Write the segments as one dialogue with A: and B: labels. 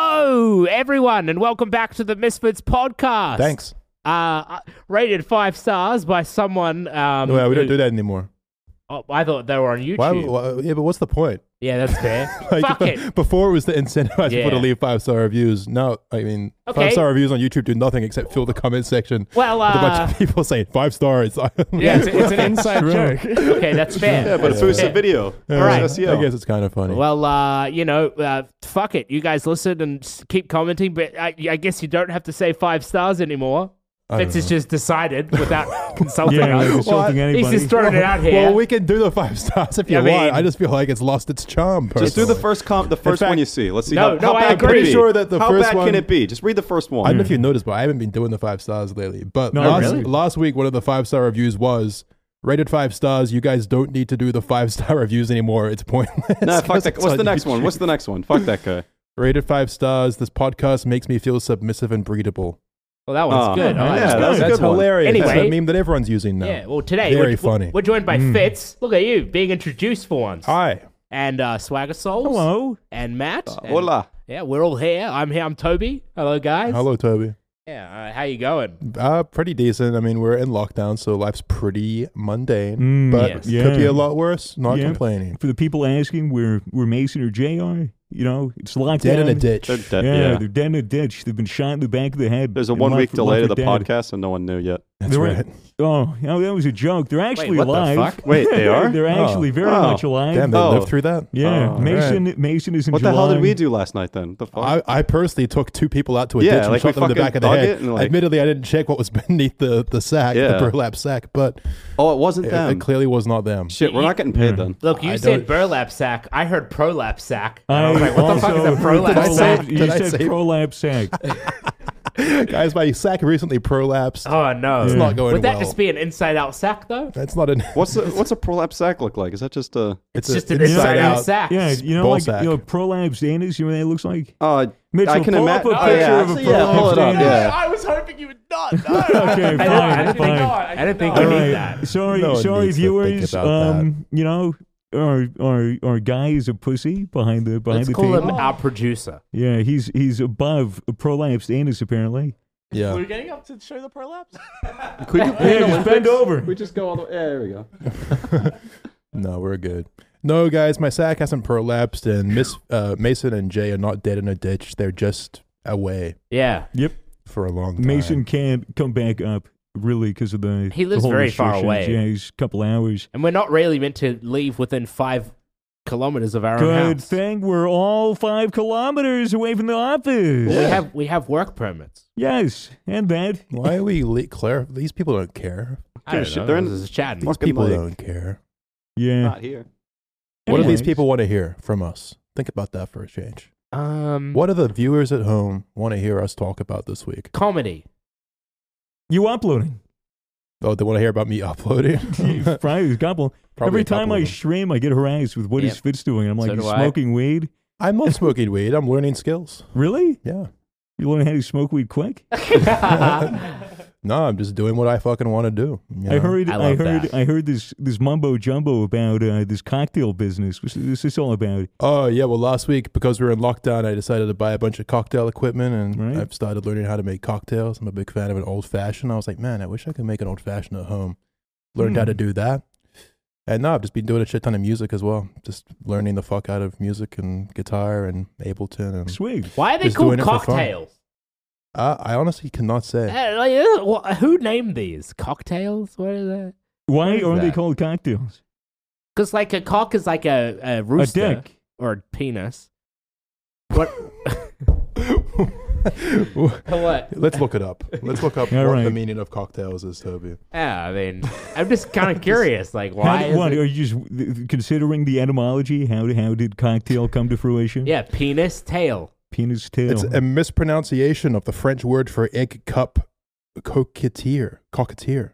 A: Hello, everyone, and welcome back to the Misfits podcast.
B: Thanks.
A: Uh, rated five stars by someone. Um,
B: No, we don't
A: who-
B: do that anymore.
A: Oh, I thought they were on YouTube.
B: Why, why- yeah, but what's the point?
A: yeah, that's fair.
B: Like,
A: Fuck it.
B: Before it was to incentivize people to
A: Yeah.
B: leave five star reviews. No, I mean
A: Okay.
B: five star reviews on YouTube do nothing except fill the comment section
A: Well,
B: with a
A: uh,
B: bunch of people saying five stars.
C: Yeah, it's, it's an inside
B: True.
C: joke.
A: okay, that's fair.
D: Yeah, but it boosts the video.
B: Yeah,
A: Right.
B: I guess it's kind of funny.
A: Well, uh, you know, uh, fuck it. You guys listen and s- keep commenting, but I, I guess you don't have to say five stars anymore.
B: I don't
A: Fitz has just decided without consulting
C: Yeah,
A: us.
C: he's insulting
A: He's
C: anybody.
A: just throwing it out here.
B: Well, we can do the five stars if you
A: I mean-
B: want. I just feel like it's lost its charm.
D: Just do the
B: personally.
D: first com- the first
B: fact-
D: one you see. Let's see
A: No,
D: how,
A: no,
D: how
A: I
D: bad
A: agree.
D: can it
A: Pretty
D: be.
B: sure that the
D: how
B: first
D: bad
B: one-
D: can it be? Just read the first
B: I don't know
D: one.
B: if you noticed, but I haven't been doing the five stars lately. But
C: Hmm. No,
B: last,
C: really?
B: last week, one of the five star reviews was rated five stars. You guys don't need to do the five star reviews anymore. It's pointless.
D: Nah, fuck
B: 'Cause
D: that.
B: it's
D: What's
B: on
D: the next one?
B: YouTube.
D: What's the next one? Fuck that guy.
B: Rated five stars. This podcast makes me feel submissive and breedable.
A: Well, that one's
D: Oh,
A: good.
C: yeah,
A: I like
C: yeah,
A: that.
D: that was a
B: that's
D: good one.
B: hilarious. that's
A: Anyway-
B: a meme that everyone's using now.
A: Yeah, well, today
B: Very
A: we're,
B: funny. Mm.
A: we're joined by Fitz. Look at you being introduced for once.
B: Hi.
A: And uh, Swagger Souls.
C: Hello.
A: And Matt. and-
D: Uh, Hola.
A: Yeah, we're all here. I'm here. I'm Toby. Hello, guys.
B: Hello, Toby.
A: Yeah, uh, how you going?
B: Uh, pretty decent. I mean, we're in lockdown, so life's pretty mundane,
C: Mm,
B: but
A: Yes.
B: could be
C: yeah.
B: a lot worse. Not
C: Yeah.
B: complaining.
C: For the people asking where where Mason or Jr. You know, it's locked
B: Dead
C: down.
B: in a ditch.
D: They're
C: Yeah,
D: dead. Yeah.
C: they're dead in a ditch. They've been shot in the back of the head.
D: There's a
C: and
D: one week
C: left-
D: delay to
C: left
D: the
C: for dead.
D: podcast, and no one knew yet.
B: That's
C: they're-
B: right.
C: Oh, no, that was a joke. They're actually
A: what the
C: alive.
A: fuck?
D: Wait, they are?
C: they're
B: Oh.
C: actually very
D: Oh.
C: much alive.
B: Damn, they
D: Oh.
B: lived through that.
C: yeah,
D: Oh,
C: Mason. Mason is in
D: What
C: July.
D: the hell did we do last night then? The fuck?
B: I, I personally took two people out to a
D: Yeah,
B: ditch and
D: like, we
B: shot them in the
D: fucking
B: back of the
D: dug
B: head.
D: it and, like-
B: Admittedly, I didn't check what was beneath the, the sack,
D: Yeah.
B: the burlap sack, but
D: oh, it wasn't
B: it,
D: them.
B: it clearly was not them.
D: Shit, we're not getting paid then.
A: Look, you
B: I
A: said
B: don't-
A: burlap sack. I heard prolapse sack. And I was
C: I
A: like, what the fuck
C: also-
A: is a prolapse
B: I say-
A: sack?
B: sack?
C: You
B: Did I
C: said
B: say-
C: prolapse sack.
B: Guys, my sack recently prolapsed.
A: Oh, no.
B: It's not going
A: Would that
B: well.
A: just be an inside out sack, though?
B: That's not an.
D: What's a, what's a prolapse sack look like? Is that just a
A: It's just an inside out sack.
C: Yeah, you know,
B: Ball
C: like
B: sack.
C: you know, prolapse anus. You know what that looks like?
D: uh,
C: Mitchell,
D: I can
C: pull
D: imagine.
C: up a picture of a
D: yeah, pull it up.
C: prolapse
D: Yeah.
A: I was hoping you would not.
C: Okay,
A: I, don't, I
C: fine,
A: don't think,
C: fine.
A: I don't think
C: All
A: we need
C: right.
A: that.
C: Sorry,
B: No one
C: sorry,
B: needs to think
C: viewers.
B: about
C: Um, you know, our our our guy is a pussy behind the behind
A: Let's
C: the
A: call him
C: table.
A: our producer.
C: Yeah, he's he's above a prolapsed anus apparently.
B: Yeah.
E: getting up to show the prolapse?
D: Could you
C: Yeah, just bend over.
D: We just go all the way. Yeah, there we go.
B: No, we're good. No, guys, my sack hasn't prolapsed, and Miss uh, Mason and Jay are not dead in a ditch. They're just away
A: Yeah.
C: Yep,
B: for a long time.
C: Mason can't come back up really because of the
A: He lives
C: the whole
A: very far
C: restrictions.
A: away.
C: Yeah, he's a couple hours.
A: And we're not really meant to leave within five kilometers of our own
C: Good
A: house.
C: thing we're all five kilometers away from the office.
A: We have we have work permits.
C: Yes, and that.
B: Why are we le- Claire? These people don't care.
A: I don't
D: shit,
A: know.
D: they're in-
A: this is chatting.
B: These
D: Fucking
B: people
D: like-
B: don't care.
C: Yeah.
D: Not here.
B: What do these
C: Anyways.
B: people want to hear from us? Think about that for a change.
A: Um,
C: Mm-hmm.
B: What do the viewers at home want to hear us talk about this week?
A: comedy?
C: You uploading?
B: Oh, they want to hear about me uploading.
C: Friday's couple.
B: Probably
C: Every
B: a couple
C: time
B: of
C: I
B: them.
C: stream, I get harassed with what is
A: Yep.
C: Fitz doing. I'm like,
A: So
C: you
A: do I.
C: smoking weed?
B: I'm not smoking weed. I'm learning skills.
C: Really?
B: Yeah.
C: You learn how to smoke weed quick?
B: No, I'm just doing what I fucking want to do. you
C: I
B: know?
C: heard.
A: I
C: I,
A: love
C: heard.
A: that.
C: I heard this this mumbo jumbo about uh, this cocktail business. What's this is all about?
B: Oh yeah, well last week because we were in lockdown, I decided to buy a bunch of cocktail equipment, and
C: Right.
B: I've started learning how to make cocktails. I'm a big fan of an old fashioned. I was like, man, I wish I could make an old fashioned at home. Learned how
C: Hmm.
B: to do that, and now I've just been doing a shit ton of music as well. Just learning the fuck out of music and guitar and Ableton, and
C: Sweet.
A: Why are they
B: Just
A: called
B: doing it for fun.
A: cocktails?
B: I, I honestly cannot say.
A: Uh, like, uh, wha- who named these cocktails? What are they? What
C: Why
A: is
C: aren't they
A: that?
C: called cocktails?
A: Because like a cock is like a, a rooster
C: A dick.
A: or a penis. What? what?
B: Let's look it up. Let's look up
C: All
B: what the
C: right.
B: meaning of cocktails is, Toby.
A: Yeah, I mean, I'm just kind of curious. Like, why?
C: How,
A: is
C: what,
A: it-
C: are you just th- th- considering the etymology? How how did cocktail come to fruition?
A: Yeah, penis tail.
C: Penis tail.
B: It's a mispronunciation of the French word for egg cup, coquetier. Coquetier.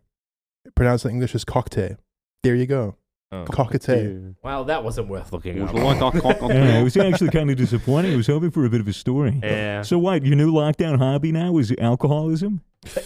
B: Pronounced in English as cocktail. There you go.
A: Oh.
B: Cocktail.
A: Well, that wasn't worth looking
D: Yeah.
A: up.
C: yeah, it was actually kind of disappointing. I was hoping for a bit of a story.
A: Yeah.
C: So what? Your new lockdown hobby now is alcoholism?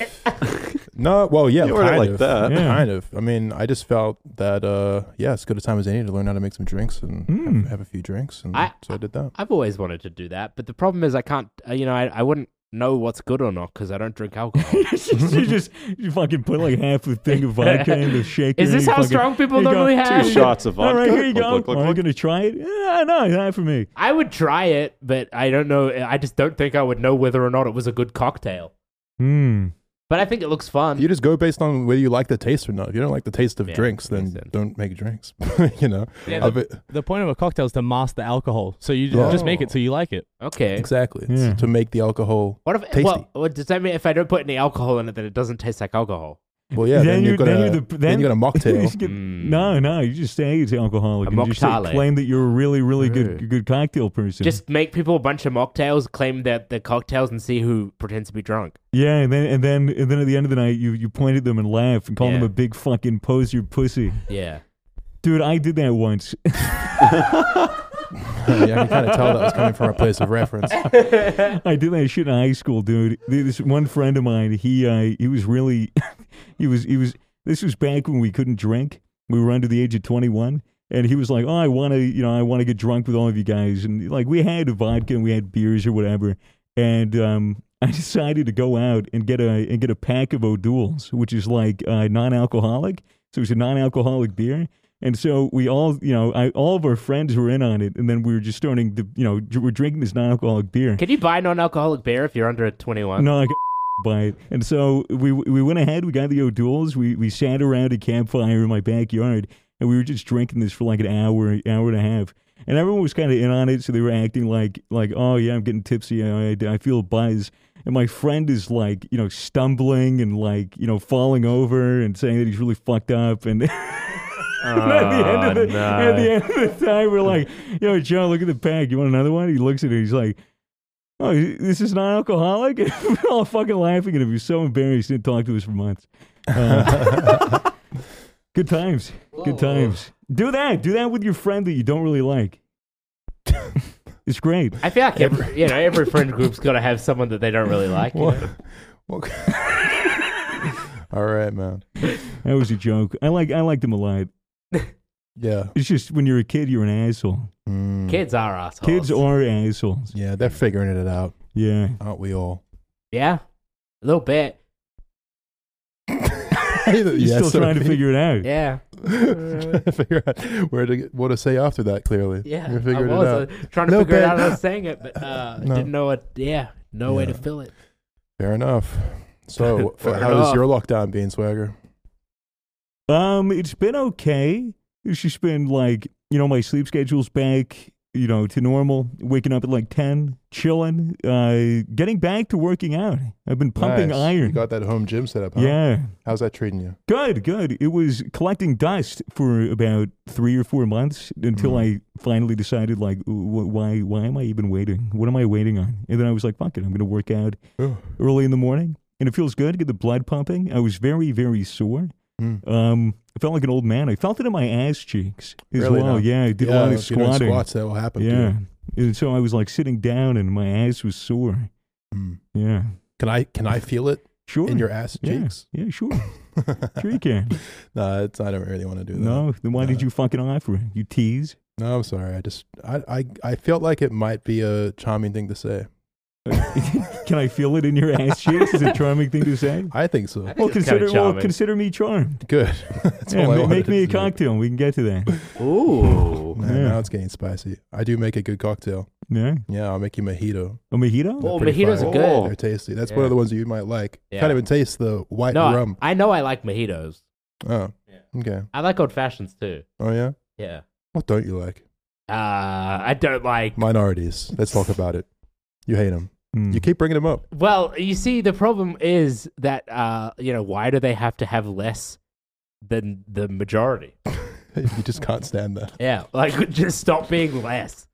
B: No, well, yeah,
D: You
B: kind
D: worded it like
B: of,
D: that.
C: Yeah.
B: kind of. I mean, I just felt that, uh, yeah, it's good a time as any to learn how to make some drinks and have-
C: Mm.
B: have, a few drinks, and
A: I-
B: so I did that.
A: I've always wanted to do that, but the problem is I can't. Uh, you know, I, I wouldn't know what's good or not because I don't drink alcohol.
C: you just you fucking put like half a thing of vodka in the shaker.
A: is this
C: and you
A: how
C: fucking-
A: strong people
C: you go,
A: normally have?
D: Two shots of
C: All
D: vodka.
C: right, here you
D: Look,
C: go.
D: look, look,
C: Are you
D: look.
C: gonna try it? Yeah, no, not for me.
A: I would try it, but I don't know. I just don't think I would know whether or not it was a good cocktail.
C: Hmm.
A: But I think it looks fun.
B: You just go based on whether you like the taste or not. If you don't like the taste of
A: Yeah,
B: drinks,
A: makes
B: then
A: sense.
B: don't make drinks. you know,
A: Yeah,
B: Of it-
E: The point of a cocktail is to master alcohol, so you ju-
B: Yeah.
E: just make it so you like it.
A: okay.
B: exactly It's
C: Yeah.
B: to make the alcohol.
A: What if?
B: Tasty.
A: Well, what does that mean if I don't put any alcohol in it, then it doesn't taste like alcohol?
B: Well, yeah, then,
C: you-
B: you've got a
C: you're the-
B: then you got a
C: you
B: mocktail.
C: just get-
A: Mm.
C: No, no, you just say it's alcoholic.
A: A
C: and just say-
A: mocktail.
C: claim that you're a really, really
A: Yeah.
C: good, good cocktail person.
A: Just make people a bunch of mocktails, claim that they're cocktails, and see who pretends to be drunk.
C: yeah, and then and then and then at the end of the night, you you point at them and laugh and call them
A: Yeah.
C: a big fucking poser pussy,
A: Yeah.
C: dude. I did that once.
B: yeah, I can kind of tell that was coming from a place of reference.
C: I did that shit in high school, dude. This one friend of mine, he uh, he was really, he was he was. This was back when we couldn't drink. We were under the age of twenty one, and he was like, "Oh, I want to, you know, I want to get drunk with all of you guys." And like, we had vodka and we had beers or whatever. And um, I decided to go out and get a and get a pack of O'Doul's, which is like uh, non alcoholic. So it's a non alcoholic beer. And so we all, you know, I, all of our friends were in on it, and then we were just starting to, you know, dr- we're drinking this non-alcoholic beer.
A: Can you buy non-alcoholic beer if you're under 21?
C: No, I got by it. And so we we went ahead. We got the O'Douls. We we sat around a campfire in my backyard, and we were just drinking this for like an hour, hour and a half. And everyone was kind of in on it, so they were acting like like, oh yeah, I'm getting tipsy. I, I- I feel a buzz. And my friend is like, you know, stumbling and like, you know, falling over and saying that he's really fucked up. And at the end of the at the end of the time, we're like, "Yo, Joe, look at the pack. You want another one?" He looks at it. He's like, "Oh, this is not alcoholic." we're all fucking laughing at him. He was so embarrassed. He didn't talk to us for months. Uh, good times. Good times. Do that. Do that with your friend that you don't really like. it's great.
A: I feel like every, you know every friend group's got to have someone that they don't really like. you
B: What?
A: know?
B: What- All right, man.
C: That was a joke. I like. I liked him a lot.
B: Yeah.
C: It's just when you're a kid, you're an asshole.
B: Mm.
A: Kids are assholes.
C: Kids are assholes.
B: Yeah, they're figuring it out,
C: Yeah.
B: aren't we all?
A: yeah, a little bit.
B: You're
C: You're still trying to figure it out.
A: Yeah,
B: trying to figure out where to get, what to say after that. Clearly,
A: yeah.
B: you're
A: I
B: figuring
A: was
B: it out.
A: uh, trying to
B: Little
A: figure it
B: bit.
A: out. how I was saying it, but uh,
B: No.
A: didn't know what. Yeah, no way to
B: Yeah.
A: fill it.
B: Fair enough. So,
A: Fair
B: uh, how
A: enough.
B: is your lockdown being, Swagger?
C: Um, it's been okay. It's just been like, you know, my sleep schedule's back, you know, to normal. Waking up at like ten, chilling, uh, getting back to working out. I've been pumping
B: Nice. You
C: iron.
B: got uh-huh. that home gym set up, huh?
C: yeah,
B: How's that treating you?
C: good, good. It was collecting dust for about three or four months until
B: Mm.
C: I finally decided, like, wh- why, why am I even waiting? What am I waiting on? And then I was like, fuck it, I'm gonna work out early in the morning, and it feels good. Get the blood pumping. I was very, very sore.
B: Mm.
C: Um, I felt like an old man. I felt it in my ass cheeks as
B: Really
C: well.
B: now?
C: Yeah, I did a
B: Yeah,
C: lot of
B: if you don't
C: squatting.
B: squats, that will happen. to
C: yeah,
B: you.
C: and so I was like sitting down, and my ass was sore.
B: Mm.
C: Yeah,
B: Can I can I feel it
C: sure.
B: in your ass
C: yeah.
B: cheeks?
C: yeah, sure, sure you can.
B: no, it's, I don't really want to do that.
C: no, then why did
B: Yeah.
C: you fucking offer it? You tease.
B: no, I'm sorry. I just I, I I felt like it might be a charming thing to say.
C: Can I feel it in your ass cheeks? Is it a charming thing to say?
B: I think so.
A: think
C: Well,
A: it's kinda
C: consider well,
A: charming.
C: consider me charmed.
B: Good. That's
C: Yeah,
B: all I
C: ma-
B: wanted
C: make me
B: to
C: a
B: do.
C: cocktail. and We can get to that.
A: Ooh.
B: Man,
C: Yeah.
B: Now it's getting spicy. I do make a good cocktail.
C: Yeah,
B: Yeah, I'll make you mojito.
C: a mojito.
A: Well,
B: pretty
A: mojitos
B: fire.
A: are good.
D: Oh.
B: They're tasty. That's
A: Yeah.
B: one of the ones you might like.
A: Yeah.
B: Can't even taste the white
A: No, I-
B: rum.
A: I know I like mojitos.
B: Oh, okay.
A: I like old fashions too.
B: Oh yeah.
A: Yeah.
B: What don't you like?
A: Uh, I don't like.
B: Minorities. Let's talk about it. You hate them.
C: Mm.
B: You keep bringing them up.
A: Well, you see, the problem is that uh, you know why do they have to have less than the majority?
B: you just can't stand that.
A: Yeah, like just stop being less.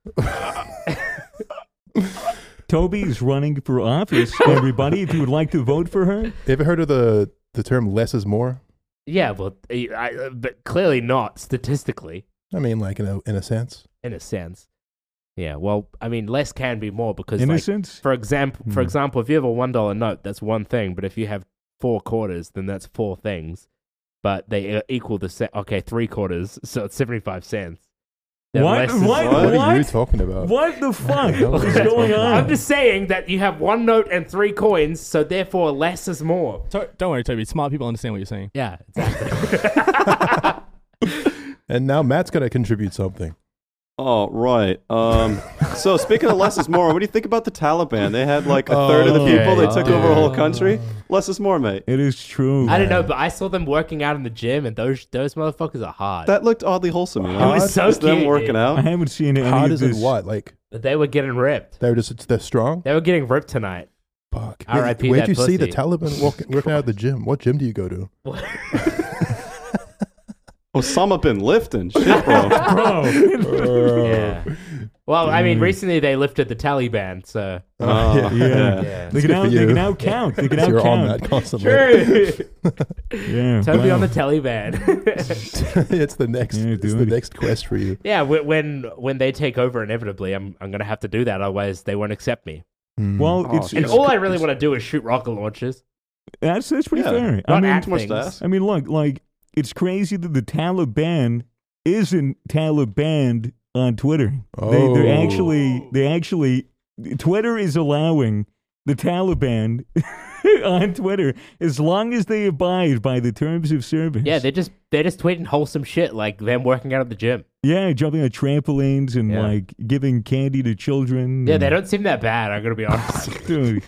C: Toby's running for office, everybody. if you would like to vote for her,
B: You ever heard of the the term "less is more"?
A: Yeah, well, I, I- but clearly not statistically,
B: I mean, like in a in a sense.
A: in a sense. Yeah, well, I mean, less can be more because, like,
C: innocence.
A: for example, for
C: Hmm.
A: example, if you have a one dollar note, that's one thing. But if you have four quarters, then that's four things. But they uh, equal the set. Okay, three quarters, so it's seventy-five cents. Then
C: What?
A: less is-
C: What?
B: What, are you
C: What?
B: talking about?
C: What the fuck
B: hell is
C: is
B: that?
C: going on?
A: I'm just saying that you have one note and three coins, so therefore less is more.
E: To- don't worry, Toby. Smart people understand what you're saying.
A: Yeah.
B: And now Matt's gonna contribute something.
D: Oh, right. Um, so speaking of less is more, what do you think about the Taliban? They had like a third of the
B: Okay,
D: people. They took over a whole
B: dude.
D: country. Less is more, mate.
C: it is true.
A: I don't know, but I saw them working out in the gym, and those those motherfuckers are hard.
D: That looked oddly wholesome. You know?
A: it was so
D: Just them
A: cute,
D: working
A: dude.
C: I
D: out.
C: haven't seen any
B: Hard
C: of
B: as
C: this.
B: in what? Like
A: They were getting ripped.
B: they're just they're strong.
A: They were getting ripped tonight.
B: Fuck.
A: R.I.P.
B: Where'd
A: that
B: you see the
A: pussy.
B: Taliban walking, working out at the gym? What gym do you go to?
D: Osama bin lifting. Shit, bro.
A: Uh,
C: Bro.
A: yeah. Well, I mean, recently they lifted the Taliban, so
D: Oh,
B: yeah.
C: yeah.
A: yeah.
C: They
B: It's
C: can,
B: good
C: out,
B: for
C: they
B: you.
C: can out count. They can
B: So
C: out
B: you're on
C: count.
B: that constantly.
A: True.
C: Yeah.
A: Toby
C: wow.
A: on the Taliban.
B: it's the next.
C: Yeah,
B: it's the
C: dude.
B: next quest for you.
A: yeah, wh- when when they take over inevitably, I'm I'm gonna have to do that, otherwise they won't accept me.
B: Hmm.
C: Well,
D: Oh,
C: it's,
D: dude.
A: And
C: it's
A: all I really want to do is shoot rocket launchers.
C: that's that's pretty
D: Yeah.
C: fair. I
A: Not
C: mean,
A: act
D: Too much
A: things.
D: to ask.
C: I mean, look, like it's crazy that the Taliban isn't Taliban on Twitter. They,
B: Oh.
C: they're actually, they actually, Twitter is allowing the Taliban on Twitter as long as they abide by the terms of service.
A: Yeah, they're just they're just tweeting wholesome shit like them working out at the gym.
C: yeah, jumping on trampolines and
A: Yeah.
C: like giving candy to children.
A: Yeah, they
C: and-
A: don't seem that bad. I'm gonna be honest.
C: Dude,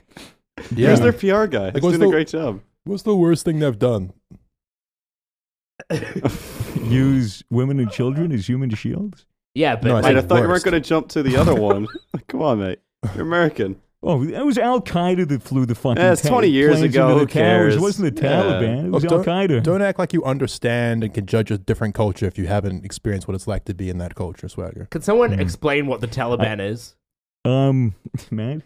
B: Hmm. yeah.
D: Where's their PR guy? He's
B: what's
D: doing
B: the-
D: a great job.
B: What's the worst thing they've done?
C: use women and children as human shields.
A: yeah, but
B: No, I
A: like,
D: Mate, I
B: think
D: thought you weren't
B: worst.
D: going to jump to the other one. Come on, mate. You're American.
C: Oh, that was Al Qaeda that flew the fucking.
D: Yeah, it's
C: ta-
D: 20 years
C: planes
D: ago,
C: into the
D: who
C: towers. It
D: cares?
C: wasn't the
D: Yeah. Oh,
C: Taliban. It was
B: Look,
C: Al Qaeda.
B: Don't act like you understand and can judge a different culture if you haven't experienced what it's like to be in that culture, swagger.
A: Can someone explain what the Taliban is?
C: Um, man.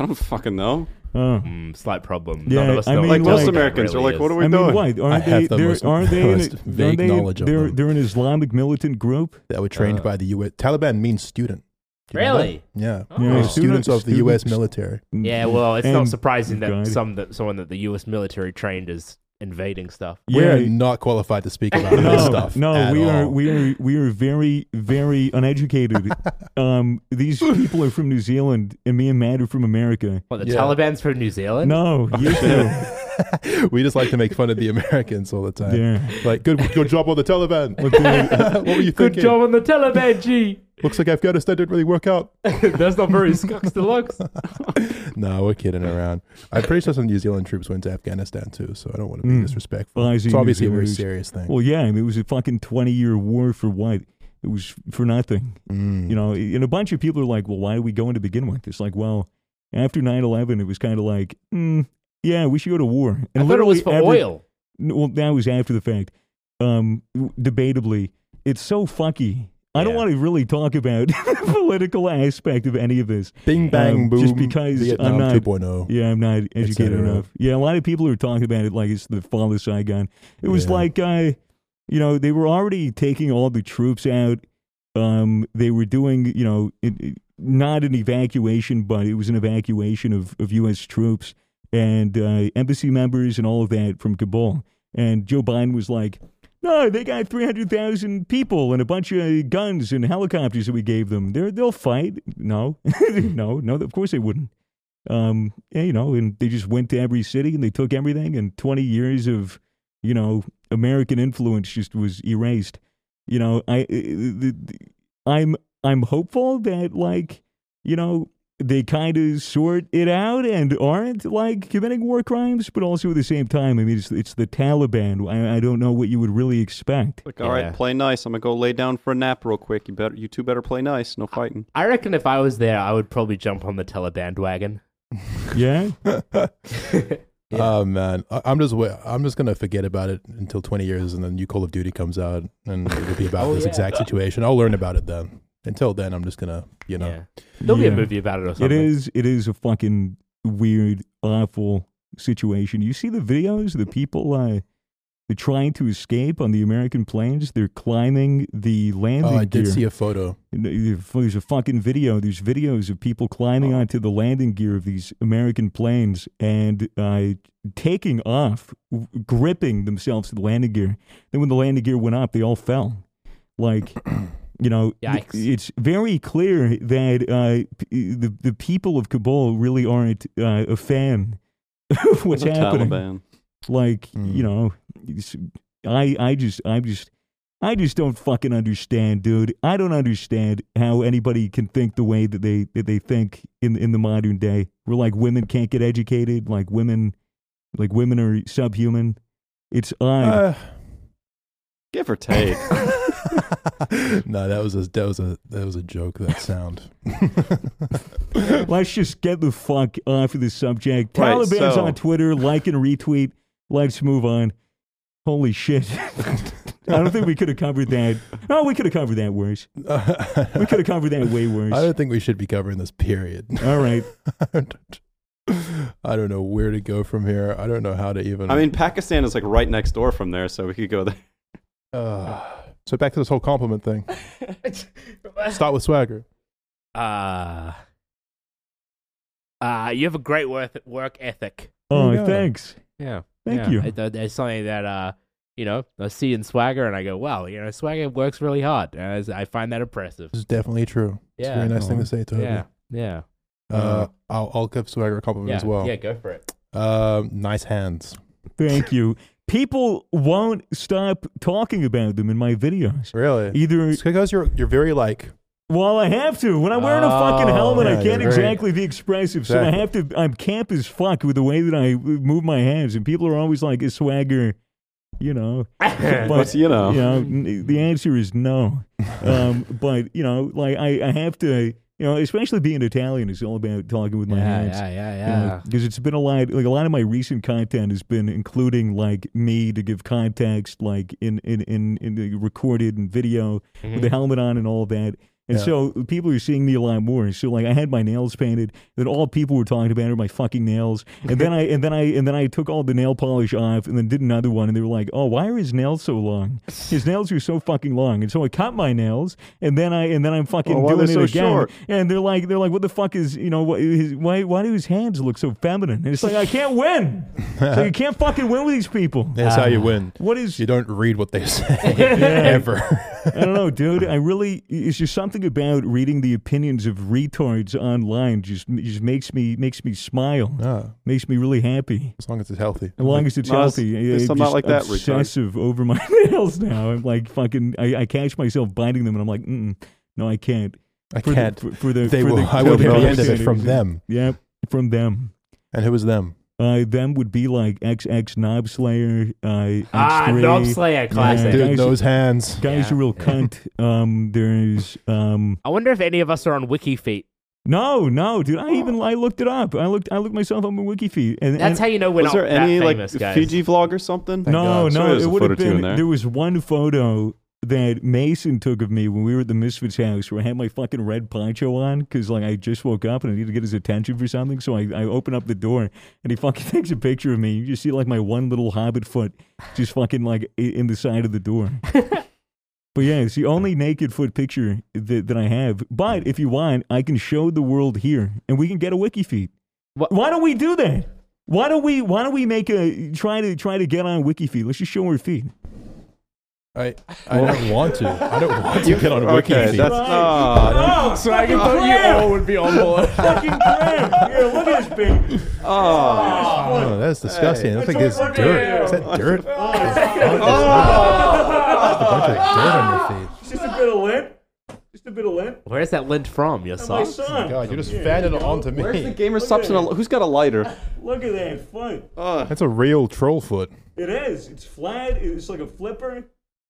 D: I don't fucking know.
C: Uh,
A: Mm, slight problem.
C: Yeah,
A: None of us
C: I
A: know
C: mean,
A: what
D: Like
A: the
D: most
A: Taliban
D: Americans are
A: really
D: like,
A: is.
D: what are we
C: I mean,
D: doing?
C: what aren't
B: have
C: they?
B: the
C: they're-
B: most-
C: aren't they?
B: most
C: in a,
B: vague
C: aren't they in a-
B: knowledge of
C: they're
B: them.
C: they're an Islamic militant group.
B: That were
C: Uh.
B: trained by the U.S. Taliban means student. Do you know
A: Really?
B: that? Yeah.
A: Oh.
C: Yeah,
B: They're students of the U.S.
C: students-
B: military.
A: Yeah, well, it's not
C: And-
A: surprising that
C: God.
A: some that someone that the U.S. military trained is invading stuff.
C: Yeah,
B: We're not qualified to speak about this
C: no,
B: stuff.
C: no,
B: at
C: we are
B: all.
C: we are we are very very uneducated. um, these people are from New Zealand, and me and Matt are from America.
A: What the
B: Yeah.
A: Taliban's from New Zealand?
C: No, you too.
B: we just like to make fun of the Americans all the time.
C: Yeah.
B: Like, good, good job on the Taliban.
C: Look, dude,
B: what were you
A: Good
B: thinking?
A: job on the Taliban, G.
B: Looks like Afghanistan didn't really work out.
A: That's not very scucks deluxe.
B: no, we're kidding around. I'm pretty sure some New Zealand troops went to Afghanistan too, so I don't want to be
C: Mm.
B: disrespectful.
C: Well, I see
B: it's
C: New
B: obviously a very
C: Zealanders.
B: serious thing.
C: Well, yeah, I mean, it was a fucking 20 year war for what? It was for nothing.
B: Mm.
C: You know, and a bunch of people are like, well, why do we go in to begin with? It's like, well, after 9 11, it was kind of like, mm, yeah, we should go to war. And
A: I thought it was
C: literally
A: for
C: every-
A: oil.
C: N- Well, that was after the fact. Um, w- debatably, it's so fucky. I don't
A: Yeah.
C: want to really talk about the political aspect of any of this.
B: Bing bang
C: um,
B: boom.
C: just because I'm
B: Vietnam oh.
C: not-
B: 2.0.
C: Yeah, I'm not educated
A: uh,
B: cetera.
C: enough. Yeah, a lot of people are talking about it like it's the fall of Saigon. It was
B: Yeah.
C: like, uh, you know, they were already taking all the troops out. Um, they were doing, you know, it, it- not an evacuation, but it was an evacuation of, of U.S. troops and uh, embassy members and all of that from Kabul. And Joe Biden was like, no, they got 300,000 people and a bunch of guns and helicopters that we gave them. They're, they'll fight. No, no, no, of course they wouldn't um, and, you know, and they just went to every city and they took everything, and 20 years of, you know, American influence just was erased. You know, I, i- the, the, I'm, I'm hopeful that like, you know, they kind of sort it out and aren't like committing war crimes, but also at the same time, I mean, it's, it's the Taliban. I, I don't know what you would really expect.
D: Like, all right,
A: Yeah.
D: play nice. I'm gonna go lay down for a nap real quick. You better, you two better play nice. No fighting.
A: I reckon if I was there, I would probably jump on the Taliban wagon.
C: Yeah.
B: Oh man, I, I'm just wa- I'm just gonna forget about it until 20 years, and then new Call of Duty comes out, and it'll be about
A: Oh,
B: this
A: yeah.
B: exact situation. I'll learn about it then. Until then, I'm just gonna you know.
A: Yeah. There'll be
C: Yeah.
A: a movie about it or something.
C: It is. It is a fucking weird, awful situation. You see the videos of the people uh, They're trying to escape on the American plains. They're climbing the landing
B: Oh, I did
C: gear.
B: see a photo.
C: And if There's a fucking video. There's videos of people climbing onto the landing gear of these American planes and uh, taking off, w- gripping themselves to the landing gear. Then when the landing gear went up, they all fell. Like, you know, th-
A: Yikes.
C: it's very clear that uh, p- the the people of Kabul really aren't uh, a fan of what's
D: the
C: happening
D: Taliban.
C: like
B: Mm.
C: you know it's- i i just i just i just don't fucking understand dude i don't understand how anybody can think the way that they that they think in in the modern day where like women can't get educated like women like women are subhuman it's odd
B: Uh,
D: Give or take.
B: no, that was a that was a that was a joke. That sound.
C: let's just get the fuck off of this subject
D: Uh, Right,
C: taliban's
D: so-
C: on twitter like and retweet let's move on holy shit i don't think we could have covered that oh we could have covered that worse we could have covered that way worse
B: I don't think we should be covering this. Period.
C: All right.
B: I don't know where to go from here. I don't know how to even.
D: I mean, Pakistan is like right next door from there, so we could go there.
B: Uh, so back to this whole compliment thing. Start with swagger.
A: Uh, uh, you have a great worth work ethic.
C: Oh,
B: Yeah.
C: thanks.
A: Yeah.
C: Thank
A: yeah.
C: you.
A: I, th- there's something that, uh, you know, I see in Swagger and I go, wow, you know, Swagger works really hard. And I I find that oppressive.
B: This is definitely true. It's a
A: Yeah.
B: very nice thing to say to
A: yeah. Yeah.
B: Uh, I'll, I'll give swagger a compliment
A: yeah.
B: as well.
A: Yeah, go for it.
B: Um, nice hands.
C: Thank you. People won't stop talking about them in my videos.
B: Really?
C: Either
B: It's because you're you're very like
C: well, I have to. When I'm wearing a fucking
A: Oh,
C: helmet,
B: yeah,
C: I can't
B: you're very-
C: exactly be expressive, so I
B: Exactly.
C: have to. I'm camp as fuck with the way that I move my hands, and people are always like, "Is swagger?" You know, but
D: But you know,
C: you know, n- the answer is no. Um, but you know, like I, I have to. You know, especially being Italian, it's all about talking with my
A: yeah,
C: hands.
A: yeah, yeah,
C: you know,
A: yeah.
C: because Uh, it's been a lot like a lot of my recent content has been including like me to give context like in in in, in the recorded and video with
A: Mm-hmm.
C: the helmet on and all that and
B: Yeah.
C: so people are seeing me a lot more. So like I had my nails painted, then all people were talking about are my fucking nails. And then I and then I and then I took all the nail polish off and then did another one and they were like, Oh, why are his nails so long? His nails are so fucking long. And so I cut my nails and then I and then I'm fucking
D: Oh, why are
C: doing
D: they
C: it
D: so
C: again.
D: short?
C: And they're like they're like, What the fuck is you know, why his, why why do his hands look so feminine? And it's like I can't win. so you can't fucking win with these people.
B: that's how you win.
C: What is
B: You don't read what they say ever.
C: I don't know, dude. I really it's just something about reading the opinions of retards online just just makes me makes me smile,
B: no,
C: makes me really happy.
B: as long as it's healthy.
C: As long as it's
D: No, it's-
C: healthy,
D: it's
C: I- I'm
D: not
C: just
D: like that, retard.
C: obsessive over my nails now. I'm like fucking. I, I catch myself biting them, and I'm like, Mm-mm, no, I can't.
B: I
C: For
B: can't.
C: The, for, for the
B: they
C: for
B: will.
C: The
B: I will hear the end of it
C: standards.
B: from them.
C: Yeah, from them.
B: And who was them?
C: Uh, them would be like XX Knob Slayer. Uh,
A: Ah,
C: X3.
A: Knob Slayer classic.
C: Yeah.
B: Dude, those hands.
C: Guy's a
A: Yeah.
C: real cunt. Um, there's um,
A: I wonder if any of us are on Wiki Feet.
C: No, no, dude. I even I looked it up. I looked I looked myself up on WikiFeed. And,
A: That's how
C: and,
A: you know we're
D: was
A: not
D: there any
A: that
D: like
A: famous, guys.
D: Fiji vlog or something?
C: no,
B: God.
D: Sure,
C: no.
D: there's
C: it
D: a
C: would have
D: photo too
C: been
D: in there.
C: there was one photo that Mason took of me when we were at the Misfits house where I had my fucking red poncho on because like I just woke up and I needed to get his attention for something. So I, I open up the door and he fucking takes a picture of me. You just see like my one little hobbit foot just fucking like i- in the side of the door. But yeah, it's the only naked foot picture that, that I have. But if you want, I can show the world here, and we can get a wiki feed.
A: Wha-
C: Why don't we do that? Why don't we? Why don't we make a try to try to get on wiki feed? Let's just show our feet.
B: I, I don't want to. I don't want to get on
D: Okay,
B: WikiFeed.
D: that's ah,
C: Oh, so I can thought
E: would be on board.
C: Fucking cramp. Here, look at this baby.
D: ah.
B: Oh, that's disgusting. I think it's dirt. Is that dirt? Oh! It's a bunch of dirt on your feet.
C: Oh, Just a bit of lint. Just a bit of lint.
A: Where's that lint from? Your
C: My
A: socks?
C: son.
B: God, you just fanning it onto
D: Where's the
B: me.
D: gamer subs and a, who's got a lighter?
C: Look at that foot.
B: That's a real troll foot.
C: It is. It's flat. It's like a flipper.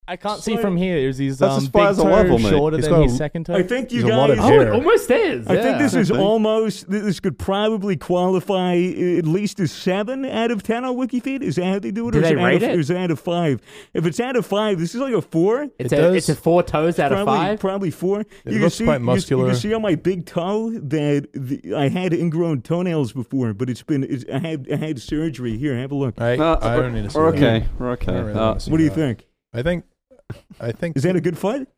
E: I can't see from here. There's these
D: That's
E: um,
D: as far
E: big
D: as a
E: toe
D: level, mate.
E: shorter
B: He's
E: than
B: got
E: his
B: a-
E: second toe.
C: I think you
B: There's a lot
C: guys.
B: of
A: Oh,
B: hair.
A: it almost is.
C: I think
A: yeah.
C: this is
D: I think-
C: almost. th- This could probably qualify i- at least a seven out of ten on WikiFeed. Is that how they do it?
A: Do
C: or is
A: they
C: it out
A: rate
C: of,
A: it?
C: or is it out of five? If it's out of five, this is like a four.
A: It's
B: It
A: a
B: does-
A: it's a four toes out of
C: probably,
A: five.
C: Probably four. can
B: looks
C: see-
B: quite
C: you can- You,
B: muscular.
C: can see on my big toe that the, I had ingrown toenails before, but it's been it's, I had I had surgery. Here, have a look.
B: I,
D: Uh,
B: I
D: we're-
B: don't need to see
D: We're
B: that.
D: okay. We're
B: I
D: okay.
B: don't really
D: Uh,
B: wanna see
C: What do you
B: that.
C: think?
B: I think, I think.
C: Is that a good fight?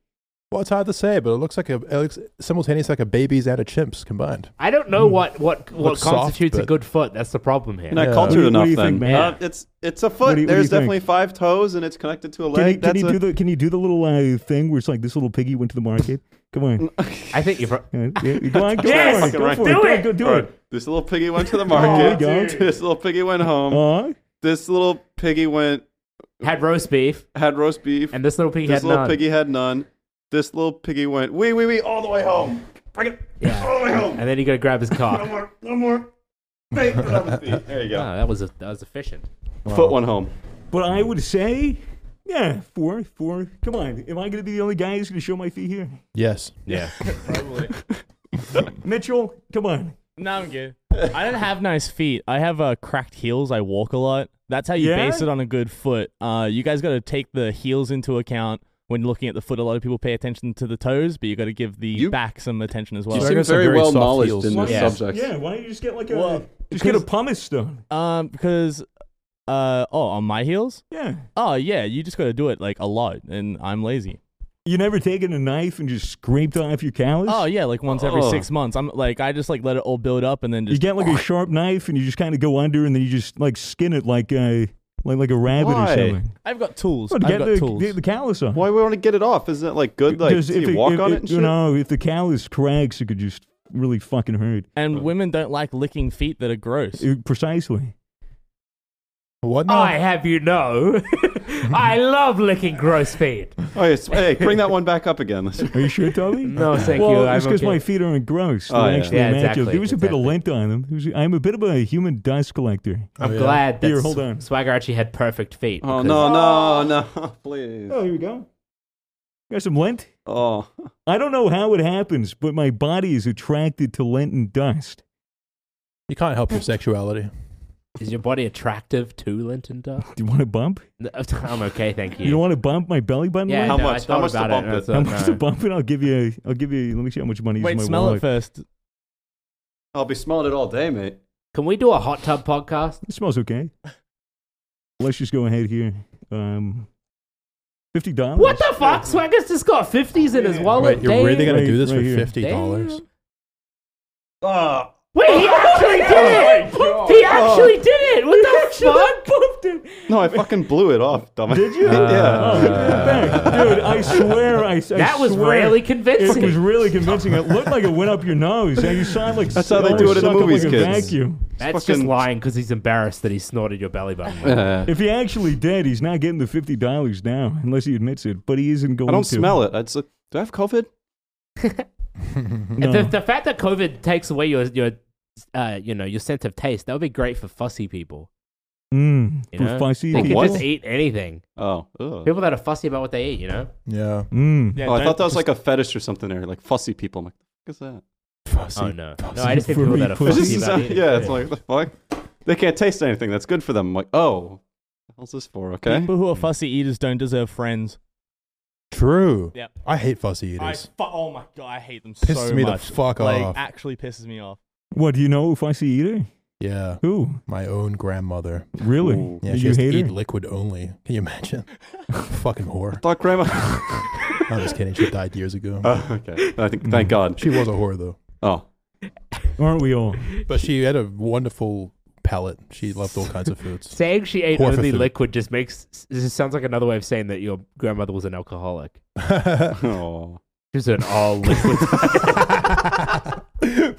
B: Well, it's hard to say, but it looks like a it looks simultaneous like a baby's and a chimp's combined.
A: I don't know what what what
B: Looks soft,
A: constitutes
B: but-
A: a good foot. That's the problem here.
D: not
B: Yeah.
D: cultured
C: What do you- what
D: enough
C: do you
D: then.
C: think, man?
D: Uh, it's it's a
C: What
D: foot.
C: do you- what do
D: There's
C: you think?
D: definitely five toes, and it's connected to a
C: Can you,
D: leg.
C: can you do
D: That's
C: the Can you do the little uh, thing where it's like this little piggy went to the market? Come on,
D: a.
A: I think you're.
C: Uh, yeah, go on, go
A: Yes!
C: on,
D: Fucking
C: go for
A: right.
C: it,
A: Do
C: go,
A: it!
C: go do
D: All
C: it.
D: right. This little piggy went to the
C: Aw,
D: market.
C: dude.
D: this little piggy went home.
C: Aw.
D: This little piggy went
A: Had roast beef,
D: had roast beef.
A: and this little pig
D: this
A: had
D: little
A: none.
D: piggy had none. This little piggy went wee wee wee all the way home. Bring it all the way home.
A: and then he got to grab his
D: No
A: cock.
D: more. No more. Hey, get on the feet. There you go.
A: Oh, that was a, that was efficient.
D: Foot one home.
C: But I would say, yeah, four, four. Come on, am I going to be the only guy who's going to show my feet here?
B: Yes.
A: Yeah.
C: Mitchell, come on.
E: No, I'm good. I don't have nice feet. I have uh, cracked heels. I walk a lot. That's how you
C: Yeah?
E: base it on a good foot. Uh, you guys got to take the heels into account when looking at the foot. A lot of people pay attention to the toes, but you got to give the
D: You-
E: back some attention as well.
D: You
B: I
D: seem
B: got some
D: very
B: very
D: well
B: soft
D: knowledgeable
B: heels.
D: in this
A: Yeah.
D: subject.
C: Yeah, why don't you just get like a
E: Well,
C: just get a
E: because-
C: pumice stone?
E: um, because uh, oh, on my heels.
C: Yeah.
E: Oh yeah, you just got to do it like a lot, and I'm lazy.
C: You never taken a knife and just scraped off your callus?
E: Oh yeah, like once every
D: Oh.
E: six months. I'm like I just like let it all build up and then
C: you
E: just
C: get like a sharp knife and you just kind of go under and then you just like skin it like a like like a rabbit
D: Why?
C: or something.
E: I've got tools.
C: Well, to
E: I've
C: get
E: got
C: the,
E: tools.
C: the, the callus off.
D: Why would we want to get it off? Isn't it like good? Like
C: Because
D: can you walk on it. and
C: you
D: shit?
C: know, if the callus cracks, it could just really fucking hurt.
E: and women don't like licking feet that are gross.
C: It- precisely.
B: What? now?
A: Oh, I have you know, I love licking gross feet.
D: Oh, yes. Hey, bring that one back up again. Let's-
C: Are you sure, Toby?
A: No, thank
C: well,
A: you.
C: it's
A: I'm
C: because
A: okay.
C: my feet aren't gross. They
D: Oh, yeah.
C: actually
A: Yeah,
C: match up.
A: exactly,
C: There was a bit of
A: exactly.
C: lint on them. There was- I'm a bit of a human dust collector.
A: I'm
B: Oh, yeah.
A: glad that
C: Here, hold on.
A: Swagger actually had perfect feet.
D: Oh
A: because-
D: no, no, no! Please.
C: here we go. Got some lint?
D: Oh,
C: I don't know how it happens, but my body is attracted to lint and dust.
B: You can't help your sexuality.
A: Is your body attractive to Linton Duff?
C: Do you want to bump?
A: No, I'm okay, thank you.
C: You don't want to bump my belly button?
A: yeah,
C: lint?
D: How
A: no,
D: much-
A: I
D: how
A: thought
D: much to
A: about
D: bump
A: it. and I
D: it?
A: thought,
C: How much
A: no.
C: to bump it? I'll give you. I'll give you. Let me see how much money is in
E: Wait,
C: my
E: smell
C: wallet.
E: it first.
D: I'll be smelling it all day, mate.
A: Can we do a hot tub podcast?
C: It smells okay. Let's just go ahead here. Um, fifty dollars.
A: What the fuck? Swagger's just got fifties in his wallet.
B: Wait, you're really
A: Oh, damn.
B: gonna do
C: Right-
B: this
C: right
B: for
C: here.
B: fifty dollars?
A: Damn.
D: Oh,
A: Wait, he actually did it! He actually did it! What the fuck?
D: no! I fucking blew it off, dumb. Did
C: you?
D: yeah.
C: Oh, look at that thing. dude! I swear, I, I
A: That was
C: swear.
A: really
C: It was
A: convincing.
C: really convincing. It looked like it went up your nose, and you saw it like
D: That's how they
C: snow
D: do it in the
C: suck up
D: movies,
C: like a
D: kids.
C: vacuum.
A: That's just
D: fucking-
A: lying because he's embarrassed that he snorted your belly button.
D: Uh,
C: If he actually did, he's not getting the fifty dollars now, unless he admits it. But he isn't going.
D: I don't
C: to.
D: smell it. I'd say, do I have COVID?
C: No.
A: The, the fact that COVID takes away your your uh, you know your sense of taste that would be great for fussy people.
C: Mm,
A: You
C: for
A: know?
C: fussy
A: They
D: For
A: could
C: people.
D: what?
A: just eat anything.
D: Oh, ugh.
A: People that are fussy about what they eat, you know.
B: Yeah.
C: Mm.
E: Yeah,
D: oh, I
E: don't-
D: thought that was
E: just-
D: like a fetish or something. There, like fussy people. I'm like, what is that?
B: Fussy.
A: Oh no, no, I just think
C: For
A: people
C: me,
A: that are
C: pussy.
A: fussy
D: This is-
A: about eating.
D: yeah, it's like the fuck. They can't taste anything. That's good for them. I'm like, oh, the hell's this for? Okay.
E: People who are fussy eaters don't deserve friends.
B: True.
E: Yep.
B: I hate fussy
E: I
B: eaters.
E: fu- oh my god, I hate them
B: Pisses
E: so
B: me the
E: much.
B: fuck
E: like,
B: off.
E: actually pisses me off.
C: What do you know? A Fussy eater?
B: yeah.
C: Who?
B: My own grandmother.
C: Really?
D: Ooh.
B: Yeah,
C: Did
B: she
C: you
B: used to
C: hate
B: eat
C: her?
B: liquid only. Can you imagine? Fucking whore.
D: Thought grandma.
B: I'm just kidding. She died years ago.
D: oh, okay. I think. Thank God.
B: she was a whore though.
D: Oh,
C: Aren't we all?
B: But she had a wonderful palate. She loved all kinds of foods.
A: Saying she ate
B: Whore for
A: only
B: food.
A: liquid just makes this just sounds like another way of saying that your grandmother was an alcoholic.
D: oh.
A: She was an all liquid.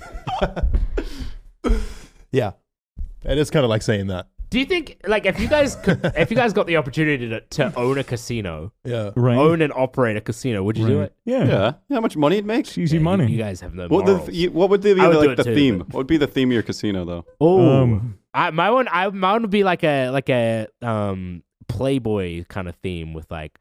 B: yeah. It is kind of like saying that.
A: Do you think like if you guys could, if you guys got the opportunity to, to own a casino,
B: Yeah.
C: Right.
A: own and operate a casino, would Oh, you do
C: Right.
A: it?
C: Yeah.
D: Yeah. You know how much money it makes?
C: It's easy
A: Yeah, you-
C: money.
A: You, guys have no
D: What
A: morals.
D: the you, what would they be
A: I would do
D: like
A: it
D: the
A: too,
D: theme?
A: but-
D: What would be the theme of your casino though?
A: oh,
C: Um,
A: I, my one, I mine would be like a like a um Playboy kind of theme with like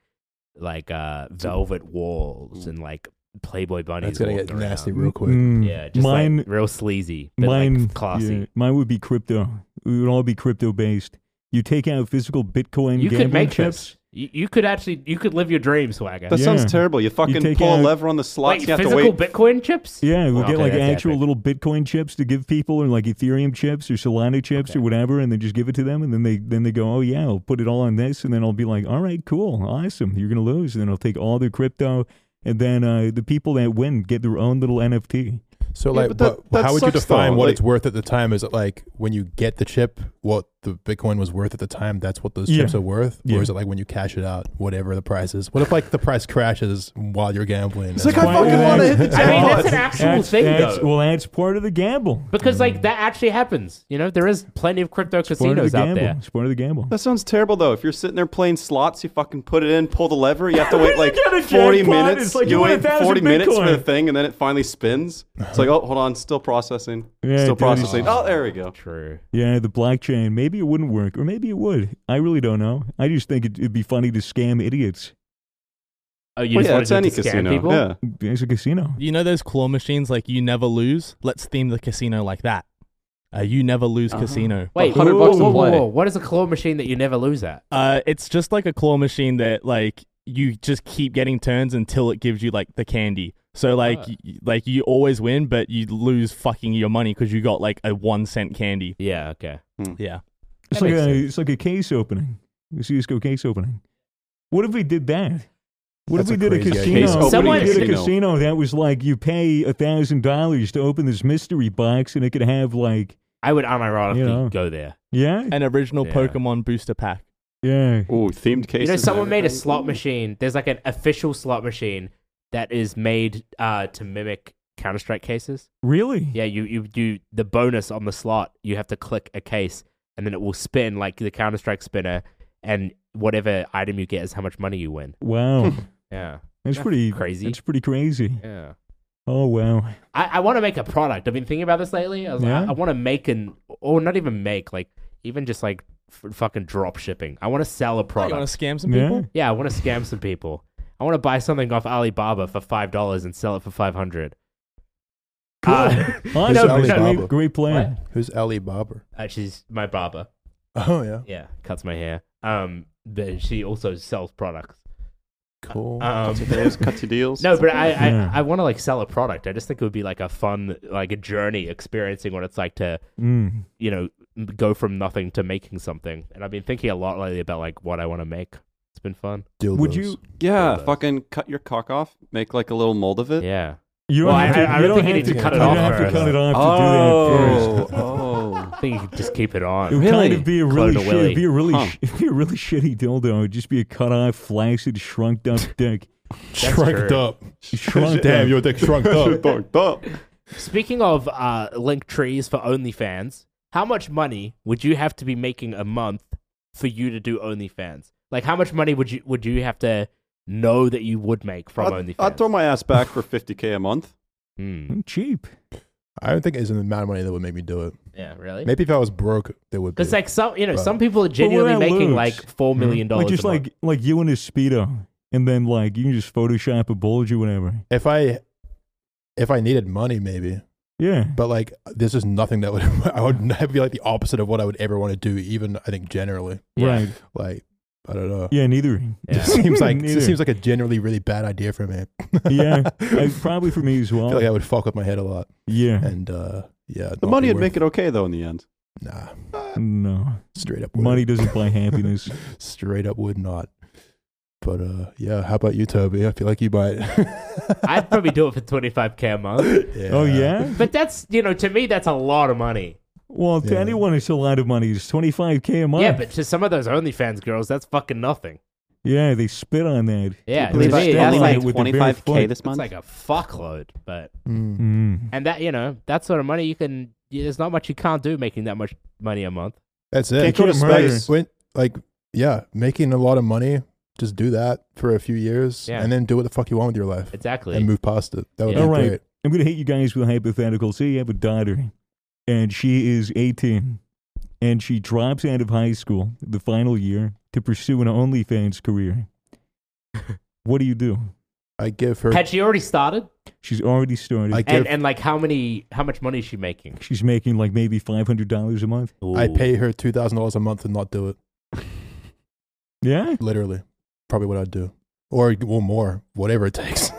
A: like uh, velvet walls and like Playboy bunnies.
B: That's gonna
A: walking
B: get nasty
A: around.
B: real quick.
C: Mm.
A: Yeah, just
C: mine,
A: like real sleazy, but
C: mine,
A: like classy.
C: yeah, mine would be crypto. We would all be crypto based. You take out physical Bitcoin
A: You
C: gambling
A: could make
C: chips.
A: this. You, you could actually you could live your dream, swagger.
D: That
C: Yeah.
D: sounds terrible. You fucking
C: take
D: pull
C: out-
D: a lever on the slots.
A: Wait,
D: you have to
A: physical
D: wait.
A: Bitcoin chips?
C: Yeah, we'll
A: Well,
C: get
A: okay,
C: like
A: that's
C: actual
A: epic.
C: little Bitcoin chips to give people, or like Ethereum chips, or Solana chips, or whatever, and then just give it to them, and then they then they go, oh yeah, I'll put it all on this, and then I'll be like, all right, cool, awesome, you're gonna lose, and then I'll take all the crypto, and then uh, the people that win get their own little NFT.
B: So
D: Yeah,
B: like,
D: but that-
B: what,
D: that
B: how would you
D: sucks,
B: define
D: though.
B: what
D: Like-
B: it's worth at the time? Is it like when you get the chip, what the Bitcoin was worth at the time? That's what those
C: Yeah.
B: chips are worth,
C: Yeah.
B: or is it like when you cash it out, whatever the price is? What if like the price crashes while you're gambling?
D: It's
B: and-
D: like I fucking
C: Yeah.
D: want to hit the
A: I mean,
D: jackpot.
A: that's an actual
C: That's-
A: thing,
C: that's-
A: though.
C: Well, that's part of the gamble.
A: Because like that actually happens. You know, there is plenty of crypto
C: Part of
A: casinos
C: the
A: out
C: gamble.
A: there.
C: It's part of the gamble.
D: That sounds terrible though. If you're sitting there playing slots, you fucking put it in, pull the lever, you have to wait
C: You
D: like
C: get a
D: 40
C: jackpot,
D: minutes.
C: it's like you win
D: wait
C: 1,000
D: 40 minutes for the
C: Bitcoin. Uh-huh.
D: thing and then it finally spins. It's like, oh, hold on, still processing.
C: Yeah,
D: still
C: dude.
D: processing. Oh, there we go.
A: True.
C: Yeah, the blockchain. Maybe it wouldn't work, or maybe it would. I really don't know. I just think it'd, it'd be funny to scam idiots.
A: Oh, you
D: Well,
A: just
D: yeah,
A: wanted
D: it's
A: it
D: any
A: to scam
D: casino.
A: people?
D: Yeah.
C: It's a casino.
E: You know those claw machines like you never lose? Let's theme the casino like that. Uh, you never lose
D: Uh-huh.
E: casino.
A: Wait,
D: 100
A: whoa,
D: bucks
A: whoa,
D: a
A: whoa,
D: play.
A: whoa. What is a claw machine that you never lose at?
E: Uh, it's just like a claw machine that like you just keep getting turns until it gives you like the candy. So like
A: Ah.
E: y- like you always win, but you lose fucking your money because you got like a one cent candy.
A: Yeah, okay.
E: Yeah.
C: It's
A: That makes
C: like, a,
A: sense.
C: it's like a case opening, a Cisco case opening. What if we did that? What
B: That's
C: if
B: a
C: we did a
B: crazy idea.
D: Case
C: casino?
D: opening
C: Someone did a
D: casino.
C: casino that was like you pay a thousand dollars to open this mystery box, and it could have like
A: I would unironically
C: You know.
A: go there.
C: yeah,
E: An original
A: Yeah.
E: Pokemon booster pack.
C: yeah.
D: Ooh, themed
A: You
D: cases.
A: know, someone
D: and
A: made a
D: everything.
A: slot machine. There's like an official slot machine that is made uh, to mimic Counter Strike cases.
C: Really?
A: Yeah, you you do the bonus on the slot. You have to click a case, and then it will spin like the Counter Strike spinner, and whatever item you get is how much money you win.
C: Wow,
A: Yeah,
C: that's
A: That's
C: pretty
A: crazy.
C: That's pretty crazy.
A: yeah.
C: Oh wow.
A: I, I want to make a product. I've been thinking about this lately. I, was
C: Yeah?
A: like, I, want to make an, or not even make, like even just like f- fucking drop shipping. I want to sell a
E: You want
A: product.
E: to scam some
C: Yeah.
E: people?
A: Yeah, I want to scam some people. I want to buy something off Alibaba for five dollars and sell it for five hundred.
C: Cool.
A: Uh,
C: Awesome.
A: no,
C: That's
B: no.
C: great, great plan.
B: Who's Ali Bobber?
A: uh, she's my barber.
B: Oh yeah,
A: Yeah, cuts my hair. Um, but she also sells products.
B: cool.
A: Um,
D: There's cut your deals.
A: no, but I I,
C: Yeah.
A: I want to like sell a product. I just think it would be like a fun like a journey experiencing what it's like to
C: Mm.
A: you know m- go from nothing to making something. And I've been thinking a lot lately about like what I want to make. It's been fun.
B: Dildos.
C: Would you?
D: yeah,
A: Yeah.
D: fucking cut your cock off, make like a little mold of it.
A: Yeah.
C: You don't
A: Well,
C: have
A: I-
C: to.
A: I- I
C: you
A: don't
C: don't
A: think you
C: have
A: need
C: to
A: to cut
C: cut it
A: it
C: off.
A: off
C: You don't have to
A: first.
C: cut it off to do that first.
D: Oh, oh.
A: I think you could just keep it on.
C: It would kind
D: Really?
C: of be a
A: Clone
C: really,
A: to
C: shitty,
A: Willy.
C: it'd be a really,
D: Huh.
C: sh- it'd be a really shitty dildo. It'd just be a cut off, flaccid, shrunk up dick.
B: shrunked
A: true.
B: up?
C: Shrunk
B: Damn,
C: up.
B: your dick shrunk up.
A: Speaking of uh, link trees for OnlyFans, how much money would you have to be making a month for you to do OnlyFans? Like, how much money would you would you have to know that you would make from
D: I'd,
A: OnlyFans?
D: I'd throw my ass back for 50k a month.
A: Hmm.
C: I'm Mm, cheap.
B: I don't think it's an amount of money that would make me do it.
A: Yeah, really.
B: Maybe if I was broke, there would be.
A: Because like some, you know,
B: Well,
A: some people are genuinely
C: that
A: making
C: lose?
A: like four million dollars.
C: Like just
A: a
C: like
A: month.
C: like you in a speedo, and then like you can just Photoshop a bulge or whatever.
B: if I if I needed money, maybe.
C: Yeah,
B: But like, there's just nothing that would I would that'd be like the opposite of what I would ever want to do. Even I think generally,
A: Yeah.
C: right.
B: like I don't know.
C: Yeah, neither.
A: Yeah.
B: It seems like it
C: Neither.
B: seems like a generally really bad idea for me.
C: yeah, I- probably for me as
B: I
C: well.
B: feel like I would fuck with my head a lot,
C: yeah,
B: and uh, yeah,
D: The money would make it okay though in the end.
B: nah,
C: no,
B: straight up would.
C: money doesn't buy happiness.
B: straight up would not. But uh, yeah, how about you, Toby? I feel like you might.
A: I'd probably do it for twenty five k a month.
C: Oh yeah.
A: But that's you know, to me, that's a lot of money.
C: Well, to
B: Yeah.
C: anyone, it's a lot of money. It's twenty five k a month.
A: Yeah, but to some of those OnlyFans girls, that's fucking nothing.
C: yeah, they spit on that.
A: Yeah, to
C: They
A: me,
D: Believe I-
C: stand
A: that's
D: only
C: on
A: like
C: it with their bare
D: 25k
C: foot.
D: this
A: it's
D: month.
A: like a fuckload, but.
B: Mm.
C: Mm.
A: And that you know that sort of money you can. You, there's not much you can't do making that much money a month.
B: That's it.
D: Can't go to
B: Like,
D: space.
B: when- like, yeah, making a lot of money, just do that for a few years,
A: Yeah.
B: and then do what the fuck you want with your life,
A: Exactly.
B: and move past it. That would
A: Yeah.
B: be
C: All Oh, right.
B: great.
C: I'm going to hit you guys with a hypothetical. Say you have a daughter, and she is 18, and she drops out of high school the final year to pursue an OnlyFans career. What do you do?
B: I give her.
A: Had she already started?
C: She's already started.
B: I
A: And
B: give.
A: and like how many how much money is she making?
C: She's making like maybe five hundred dollars a month.
B: I
A: Ooh.
B: pay her two thousand dollars a month and not do it.
C: Yeah,
B: Literally, probably what I'd do, or well, more, whatever it takes.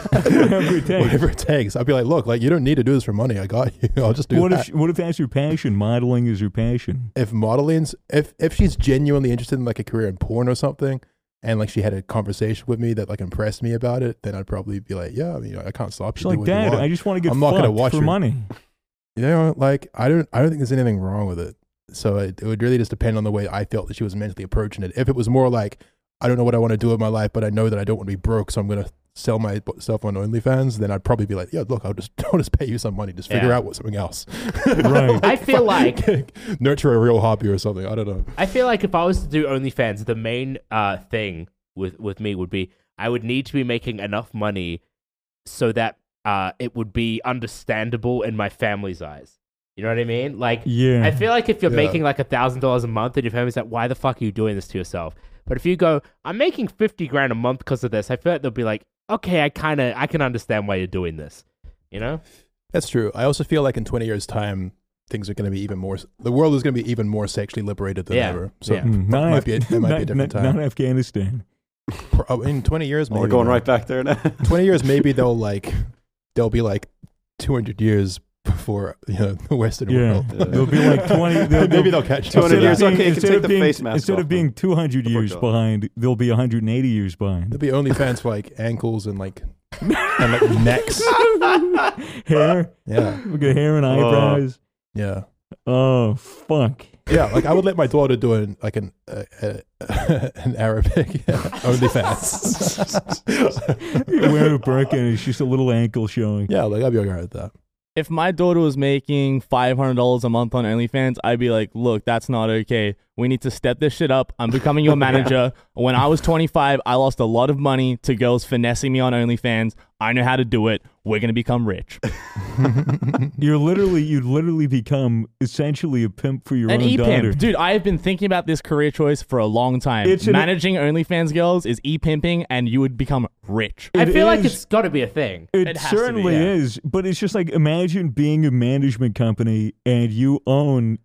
C: Whatever it takes.
B: Whatever it takes. I'd be like, look, like you don't need to do this for money. I got you. I'll just do
C: what
B: that.
C: if she- what if that's your passion? Modeling is your passion.
B: if modeling's if if she's genuinely interested in like a career in porn or something and like she had a conversation with me that like impressed me about it then i'd probably be like yeah i mean i can't stop
C: She's
B: you do
C: like,
B: what you
C: Dad,
B: want."
C: I just want to get
B: I'm not gonna
C: fucked
B: watch
C: for
B: her."
C: money.
B: you know like i don't i don't think there's anything wrong with it so it, it would really just depend on the way i felt that she was mentally approaching it if it was more like i don't know what i want to do with my life but i know that i don't want to be broke so i'm going to sell myself on onlyfans then i'd probably be like yeah look i'll just I'll just pay you some money just figure
A: Yeah.
B: out what something else
C: Right.
A: I feel like
B: nurture a real hobby or something i don't know
A: I feel like if I was to do OnlyFans, the main uh thing with with me would be I would need to be making enough money so that uh it would be understandable in my family's eyes. You know what I mean? Like
C: Yeah.
E: Mm.
A: I feel like if you're
B: Yeah.
A: making like a thousand dollars a month and your family's like, why the fuck are you doing this to yourself? But if you go, I'm making fifty grand a month because of this, I feel like they'll be like, okay, I kind of I can understand why you're doing this. You know?
B: That's true. I also feel like in 20 years' time, things are going to be even more. The world is going to be even more sexually liberated than
A: Yeah.
B: ever. So
A: Yeah.
C: Hmm, not
B: might
C: Af-
B: be a- it might be a
C: not-
B: different
C: not-
B: time.
C: Not Afghanistan.
B: pro- in 20 years,
D: Well,
B: maybe,
D: we're going
B: man.
D: right back there now.
B: 20 years, maybe they'll like they'll be like 200 years before you know the Western
C: Yeah.
B: world.
D: Yeah.
C: They'll be like twenty. They'll,
B: maybe
C: they'll
B: they'll catch
D: 200
B: up.
D: years,
C: being-
D: okay, you can
C: instead
D: take
C: of
D: the
C: being-
D: face mask
C: Instead
D: off
C: of
D: then.
C: being two hundred
D: The
C: years
D: pork chop.
C: behind, they'll be hundred and eighty years behind.
B: There'll be OnlyFans for like ankles and like and like necks.
C: hair,
B: Yeah,
C: we got hair and
D: Oh.
C: eyebrows.
B: yeah,
C: Oh fuck!
B: yeah. Like I would let my daughter do an like an uh, uh, an Arabic OnlyFans.
C: You're wearing a burqa and it's just a little ankle showing.
B: yeah, like I'd be alright with that.
E: If my daughter was making five hundred dollars a month on OnlyFans, I'd be like, "Look, that's not okay. We need to step this shit up. I'm becoming your manager. When I was twenty five, I lost a lot of money to girls finessing me on OnlyFans. I know how to do it. We're gonna become rich.
C: You're literally, you'd literally become essentially a pimp for your
E: An
C: own
E: e
C: daughter.
E: pimp, dude. I have been thinking about this career choice for a long time.
C: It's an-
E: Managing OnlyFans girls is e pimping, and you would become rich.
A: I
C: It
A: feel like
C: is-
A: it's got to be a thing.
C: It,
E: It has to be,
C: certainly
E: yeah.
C: is, but it's just like imagine being a management company and you own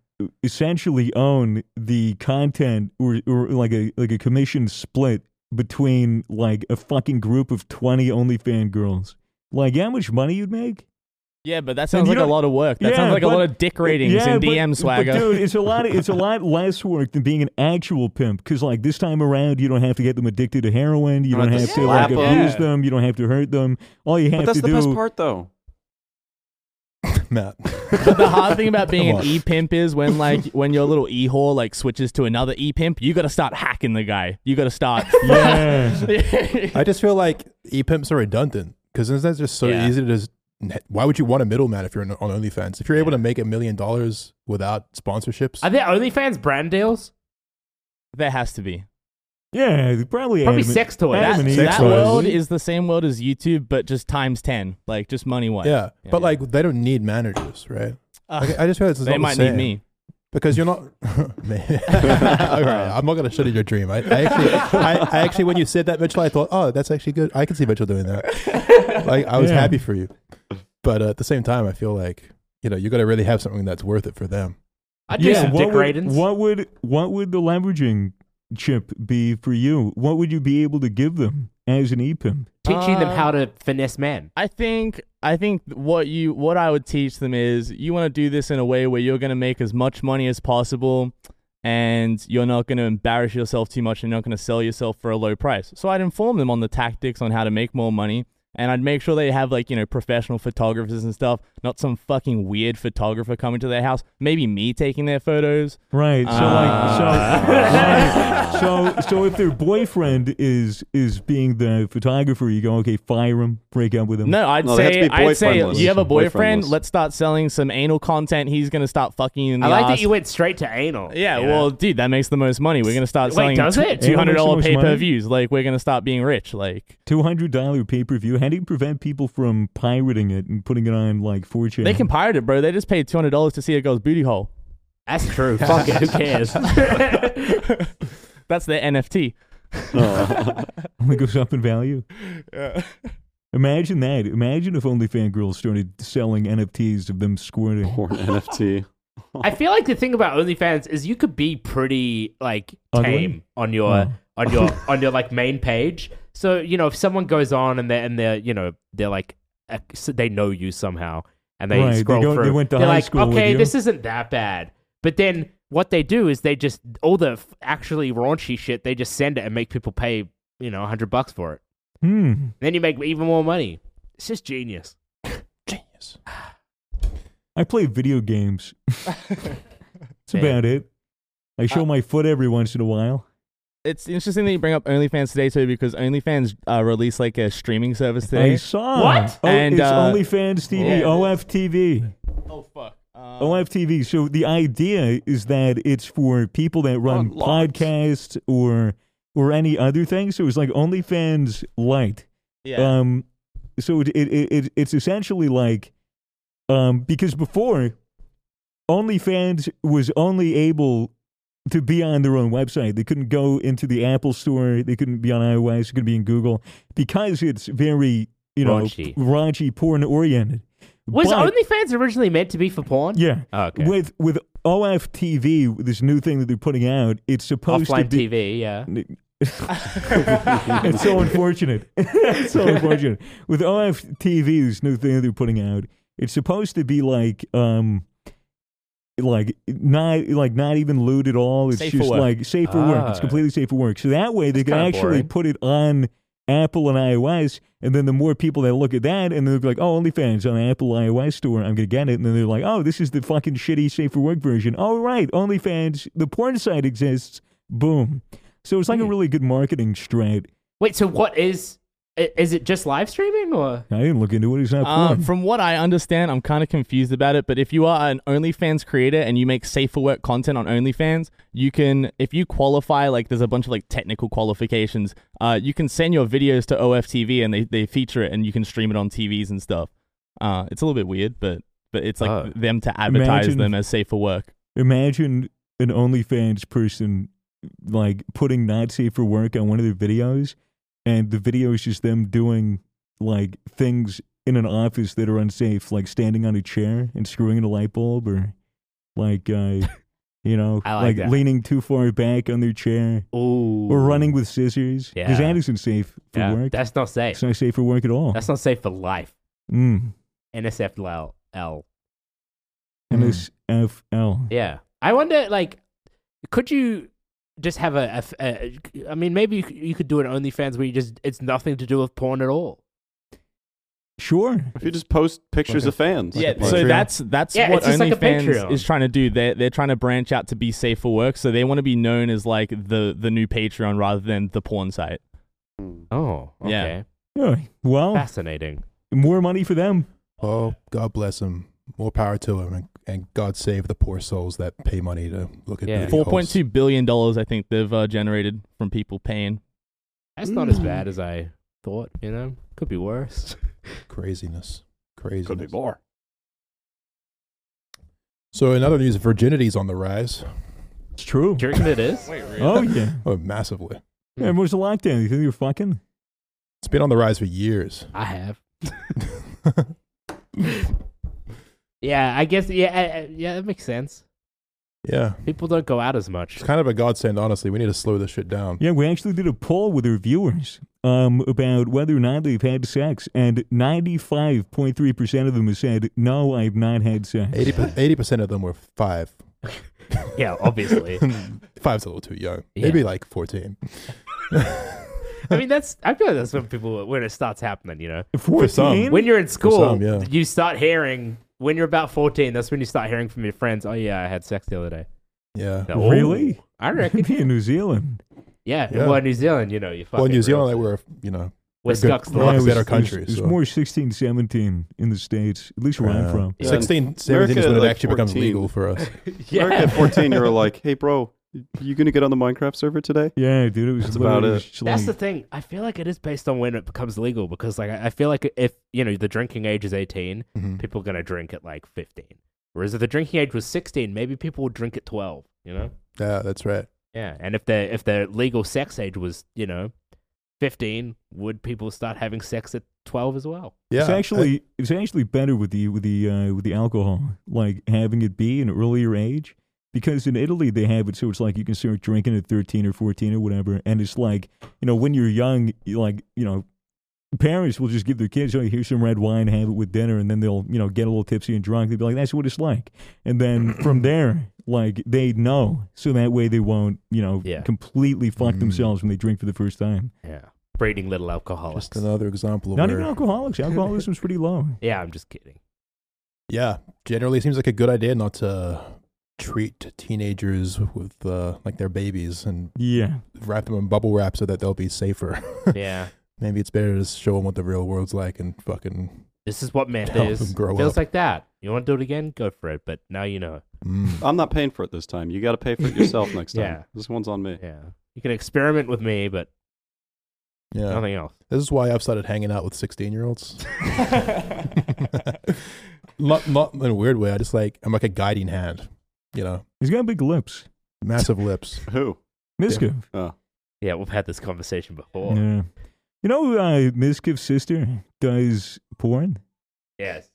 C: essentially own the content or, or like a like a commission split between like a fucking group of 20 OnlyFan girls. Like how much money you'd make?
E: Yeah, but that
C: And
E: sounds
C: you
E: like a
C: don't-
E: lot of work. That
C: Yeah,
E: sounds like a
C: but-
E: lot of dick ratings
C: yeah,
E: and
C: but-
E: DM swagger.
C: But dude, it's a lot it's a lot less work than being an actual pimp cuz like this time around you don't have to get them addicted to heroin, you
D: You
C: don't,
D: don't have to
C: have to
D: slap
C: like
D: 'em.
C: abuse
A: Yeah.
C: them, you don't have to hurt them. All you have
D: but that's
C: to
D: the
C: do
D: best part, though.
B: Matt.
E: But the hard thing about being
B: Come
E: an
B: on.
E: e pimp is when like when your little e whore like switches to another e pimp, you got to start hacking the guy. You got to start.
C: Yeah.
B: I just feel like e pimps are redundant because isn't that just so
E: Yeah.
B: easy to just? Why would you want a middleman if you're on on OnlyFans? If you're able to make a million dollars without sponsorships,
A: Are there OnlyFans brand deals?
E: there has to be.
C: Yeah, probably
A: Probably
C: Adam-
A: sex toys.
E: That,
C: Adam and Eve.
E: that
B: toys.
E: world is the same world as YouTube, but just times ten, like just money wise.
B: yeah,
E: Yeah.
B: but like they don't need managers, right?
E: Ugh,
B: Like, I just feel it's not
E: they
B: the
E: might need
B: same.
E: me.
B: because you're not. Man. All right, I'm not going to shit in your dream. I, I actually, I, I actually, when you said that, Mitchell, I thought, oh, that's actually good. I can see Mitchell doing that. Like I was
C: Yeah.
B: happy for you, but uh, at the same time, I feel like you know you got to really have something that's worth it for them.
A: I do some dick
C: what would,
A: ratings.
C: what would what would the leveraging chip be for you? What would you be able to give them as an E EPIM?
A: Teaching them
E: Uh,
A: how to finesse men.
E: I think I think what you what I would teach them is you want to do this in a way where you're going to make as much money as possible and you're not going to embarrass yourself too much and you're not going to sell yourself for a low price. So I'd inform them on the tactics on how to make more money and I'd make sure they have like, you know, professional photographers and stuff, not some fucking weird photographer coming to their house, maybe me taking their photos.
C: Right. So like so right, so so if their boyfriend is is being the photographer, you go okay, fire him, break up with him.
E: No, I'd
D: No, they have
E: say
D: to be
E: I'd say
D: boyfriendless.
E: you have a boyfriend,
D: Boyfriendless.
E: let's start selling some anal content. He's going to start fucking you in the
A: I like
E: ass.
A: that you went straight to anal.
E: Yeah,
A: you know?
E: well, dude, that makes the most money. We're gonna start
A: Wait,
E: selling
A: does it?
E: two hundred
C: Yeah, it
E: dollar
C: makes the
E: pay
C: most
E: per
C: money.
E: views. Like we're gonna start being rich. Like
C: Two hundred dollar pay per view. How do you prevent people from pirating it and putting it on like 4chan?
E: they can pirate it, bro. They just paid two hundred dollars to see a girl's booty hole.
A: that's true. Fuck it. Who cares?
E: That's their NFT.
D: Oh.
C: Only goes up in value.
E: Yeah.
C: Imagine that. Imagine if OnlyFans girls started selling NFTs of them squirting.
D: Porn NFT.
A: I feel like the thing about OnlyFans is you could be pretty like
C: Ugly?
A: tame on your
C: Oh.
A: on your on your like main page. So you know if someone goes on and they're and they're you know they're like uh, so they know you somehow and they
C: Right, they
A: scroll
C: go- they
A: through.
C: went to
A: are
C: high
A: like,
C: school with
A: okay,
C: you."
A: this isn't that bad. But then what they do is they just all the f- actually raunchy shit they just send it and make people pay you know hundred bucks for it.
C: Hmm.
A: Then you make even more money. It's just genius.
B: Genius.
C: I play video games. That's
A: Yeah.
C: about it. I
E: Uh,
C: show my foot every once in a while.
E: It's interesting that you bring up OnlyFans today too, because OnlyFans uh, released like a streaming service
C: I
E: today.
C: saw.
A: What?
C: Oh,
E: And,
C: it's
E: uh,
C: OnlyFans TV,
E: yeah.
C: OFTV.
E: Oh fuck. Um,
C: OFTV. So the idea is that it's for people that run
D: Unlocked.
C: podcasts or or any other thing. So it's like OnlyFans Lite.
E: yeah.
C: Um, so it, it, it, it it's essentially like, um, because before, OnlyFans was only able to be on their own website. They couldn't go into the Apple Store. They couldn't be on iOS. They couldn't be in Google because it's very you know
A: Raunchy.
C: raunchy porn oriented.
A: Was
C: But-
A: OnlyFans originally meant to be for porn?
C: yeah.
A: Oh, okay.
C: With with OFTV, this new thing that they're putting out, it's supposed
A: Offline
C: to be
A: TV, yeah.
C: it's so unfortunate. it's so unfortunate. With OFTV, this new thing they're putting out, it's supposed to be like, um, like not like not even lewd at all. It's
E: Safe for
C: just
E: work.
C: like safe for work. It's
A: Ah.
C: completely safe for work. So that way they
A: That's
C: can
A: kinda
C: actually
A: boring.
C: put it on Apple and iOS, and then the more people that look at that, and they'll be like, "Oh, OnlyFans on Apple iOS store, I'm gonna get it." And then they're like, "Oh, this is the fucking shitty safe for work version." Oh, right, OnlyFans, the porn site exists. Boom. So it's like
A: Hmm.
C: a really good marketing strat.
A: Wait, so what is i- is it just live streaming or
C: I didn't look into it. It's not
E: Um,
C: porn.
E: from what I understand, I'm kind of confused about it. But if you are an OnlyFans creator and you make safe for work content on OnlyFans, you can, if you qualify, like there's a bunch of like technical qualifications, uh, you can send your videos to OFTV and they, they feature it and you can stream it on TVs and stuff. Uh, it's a little bit weird, but but it's like
A: Oh.
E: them to advertise
C: Imagine-
E: them as safe for work.
C: Imagine an OnlyFans person like putting not safe for work on one of their videos, and the video is just them doing like things in an office that are unsafe, like standing on a chair and screwing in a light bulb, or like uh, you know,
A: I like that.
C: leaning too far back on their chair
A: Ooh.
C: or running with scissors. Because
A: Yeah.
C: that isn't safe for
A: Yeah,
C: work.
A: That's not safe.
C: it's not safe for work at all.
A: That's not safe for life.
C: Mm.
A: NSFL. L.
C: NSFL.
A: Yeah. I wonder like could you just have a, a f- a- I mean maybe you, c- you could do an OnlyFans where you just it's nothing to do with porn at all.
C: Sure.
D: If you just post pictures
B: Okay.
D: of fans.
B: Yeah,
D: Like,
E: so
B: Patreon.
E: that's that's
A: Yeah,
E: what
A: it's just like a
E: OnlyFans
A: Patreon.
E: is trying to do. They're they're trying to branch out to be safe for work, so they want to be known as like the the new Patreon rather than the porn site.
D: hmm.
A: Oh, okay.
E: Yeah.
C: Yeah. Oh. Well,
A: Fascinating.
C: more money for them.
B: Oh, God bless him. More power to him, and, and God save the poor souls that pay money to look at
A: Yeah.
B: yeah.
E: Four point two billion dollars, I think they've uh, generated from people paying.
A: That's not
C: Mm.
A: as bad as I thought, you know. Could be worse.
B: craziness. Craziness.
D: Could be more.
B: So in other news, virginity's on the rise.
C: It's true.
A: Do you reckon it is?
C: Oh yeah.
B: Oh, massively.
A: Hmm.
C: And where's the lockdown? You think you're fucking?
B: It's been on the rise for years.
A: I have. Yeah, I guess yeah, I- I- yeah, that makes sense.
B: yeah.
A: People don't go out as much.
B: It's kind of a godsend, honestly. We need to slow this shit down.
C: Yeah, we actually did a poll with our viewers um, about whether or not they've had sex, and 95.3% of them have said, "No, I've not had sex."
B: 80 percent of them were five.
A: Yeah, obviously.
B: Five's a little too young.
A: Yeah.
B: Maybe like fourteen.
A: I mean, that's I feel like that's when people when it starts happening. You know,
C: 14?
A: when you're in school,
B: some, yeah.
A: you start hearing when you're about 14. That's when you start hearing from your friends. Oh yeah, I had sex the other day.
B: Yeah.
A: Now, oh,
C: Really?
A: I reckon.
C: Maybe in New Zealand.
A: Yeah.
B: Yeah.
A: Well, in New Zealand, you know, you fucking
B: Well, New
A: real
B: Zealand, they
A: sick.
B: were, you know,
A: we're
B: good.
A: stuck.
B: Well,
A: Well,
B: that's-
C: it
B: better
C: was- it was-
B: country,
C: It was
B: so.
C: more 16, 17 in the States, at least where I'm
B: Yeah.
C: from.
D: Yeah,
B: 16, 17 uh, is
D: America,
B: when it
D: like,
B: actually becomes
D: 14.
B: legal for us.
A: yeah.
D: Eric, at 14, you were like, hey, bro, you going to get on the Minecraft server today?
C: Yeah, dude, it was
D: That's about
C: literally
D: it.
C: just
A: That's the
C: like-
A: thing. I feel like it is based on when it becomes legal because, like, I I feel like if you know the drinking age is 18,
D: Mm-hmm.
B: Mhm.
A: people are gonna drink at like 15. Whereas if the drinking age was 16, maybe people would drink at 12. You know.
B: Yeah, that's right.
A: Yeah, and if their if their legal sex age was you know fifteen, would people start having sex at twelve as well?
B: Yeah,
C: it's actually it's actually better with the with the uh, with the alcohol, like having it be an earlier age, because in Italy they have it so it's like you can start drinking at thirteen or fourteen or whatever, and it's like you know when you're young, you like you know, parents will just give their kids, oh, here's some red wine, have it with dinner, and then they'll you know get a little tipsy and drunk. They'll be like, that's what it's like, and then from there, like they know, so that way they won't you know
A: Yeah.
C: completely fuck
B: Mm.
C: themselves when they drink for the first time.
A: Yeah, breeding little alcoholics.
B: just another example of
C: Not
B: where,
C: even alcoholics. Alcoholism's pretty low.
A: yeah, I'm just kidding.
B: yeah, generally seems like a good idea not to treat teenagers with uh, like their babies and
C: Yeah.
B: wrap them in bubble wrap so that they'll be safer.
A: Yeah,
B: Maybe it's better to just show them what the real world's like and fucking.
A: this is what meth
B: Help
A: is.
B: them grow
A: Feels
B: up.
A: like that. You want to do it again? Go for it. But now you know.
B: Mm.
D: I'm not paying for it this time. You got to pay for it yourself next time.
A: Yeah.
D: This one's on me.
A: Yeah, you can experiment with me, but
B: Yeah,
A: nothing else.
B: this is why I've started hanging out with sixteen-year-olds. not, not in a weird way. I just like I'm like a guiding hand, you know,
C: He's got big lips.
B: massive lips.
D: Who?
C: Miskiv.
A: Yeah, we've had this conversation before.
C: Yeah. You know, uh, Miskiv's sister does porn.
A: Yes.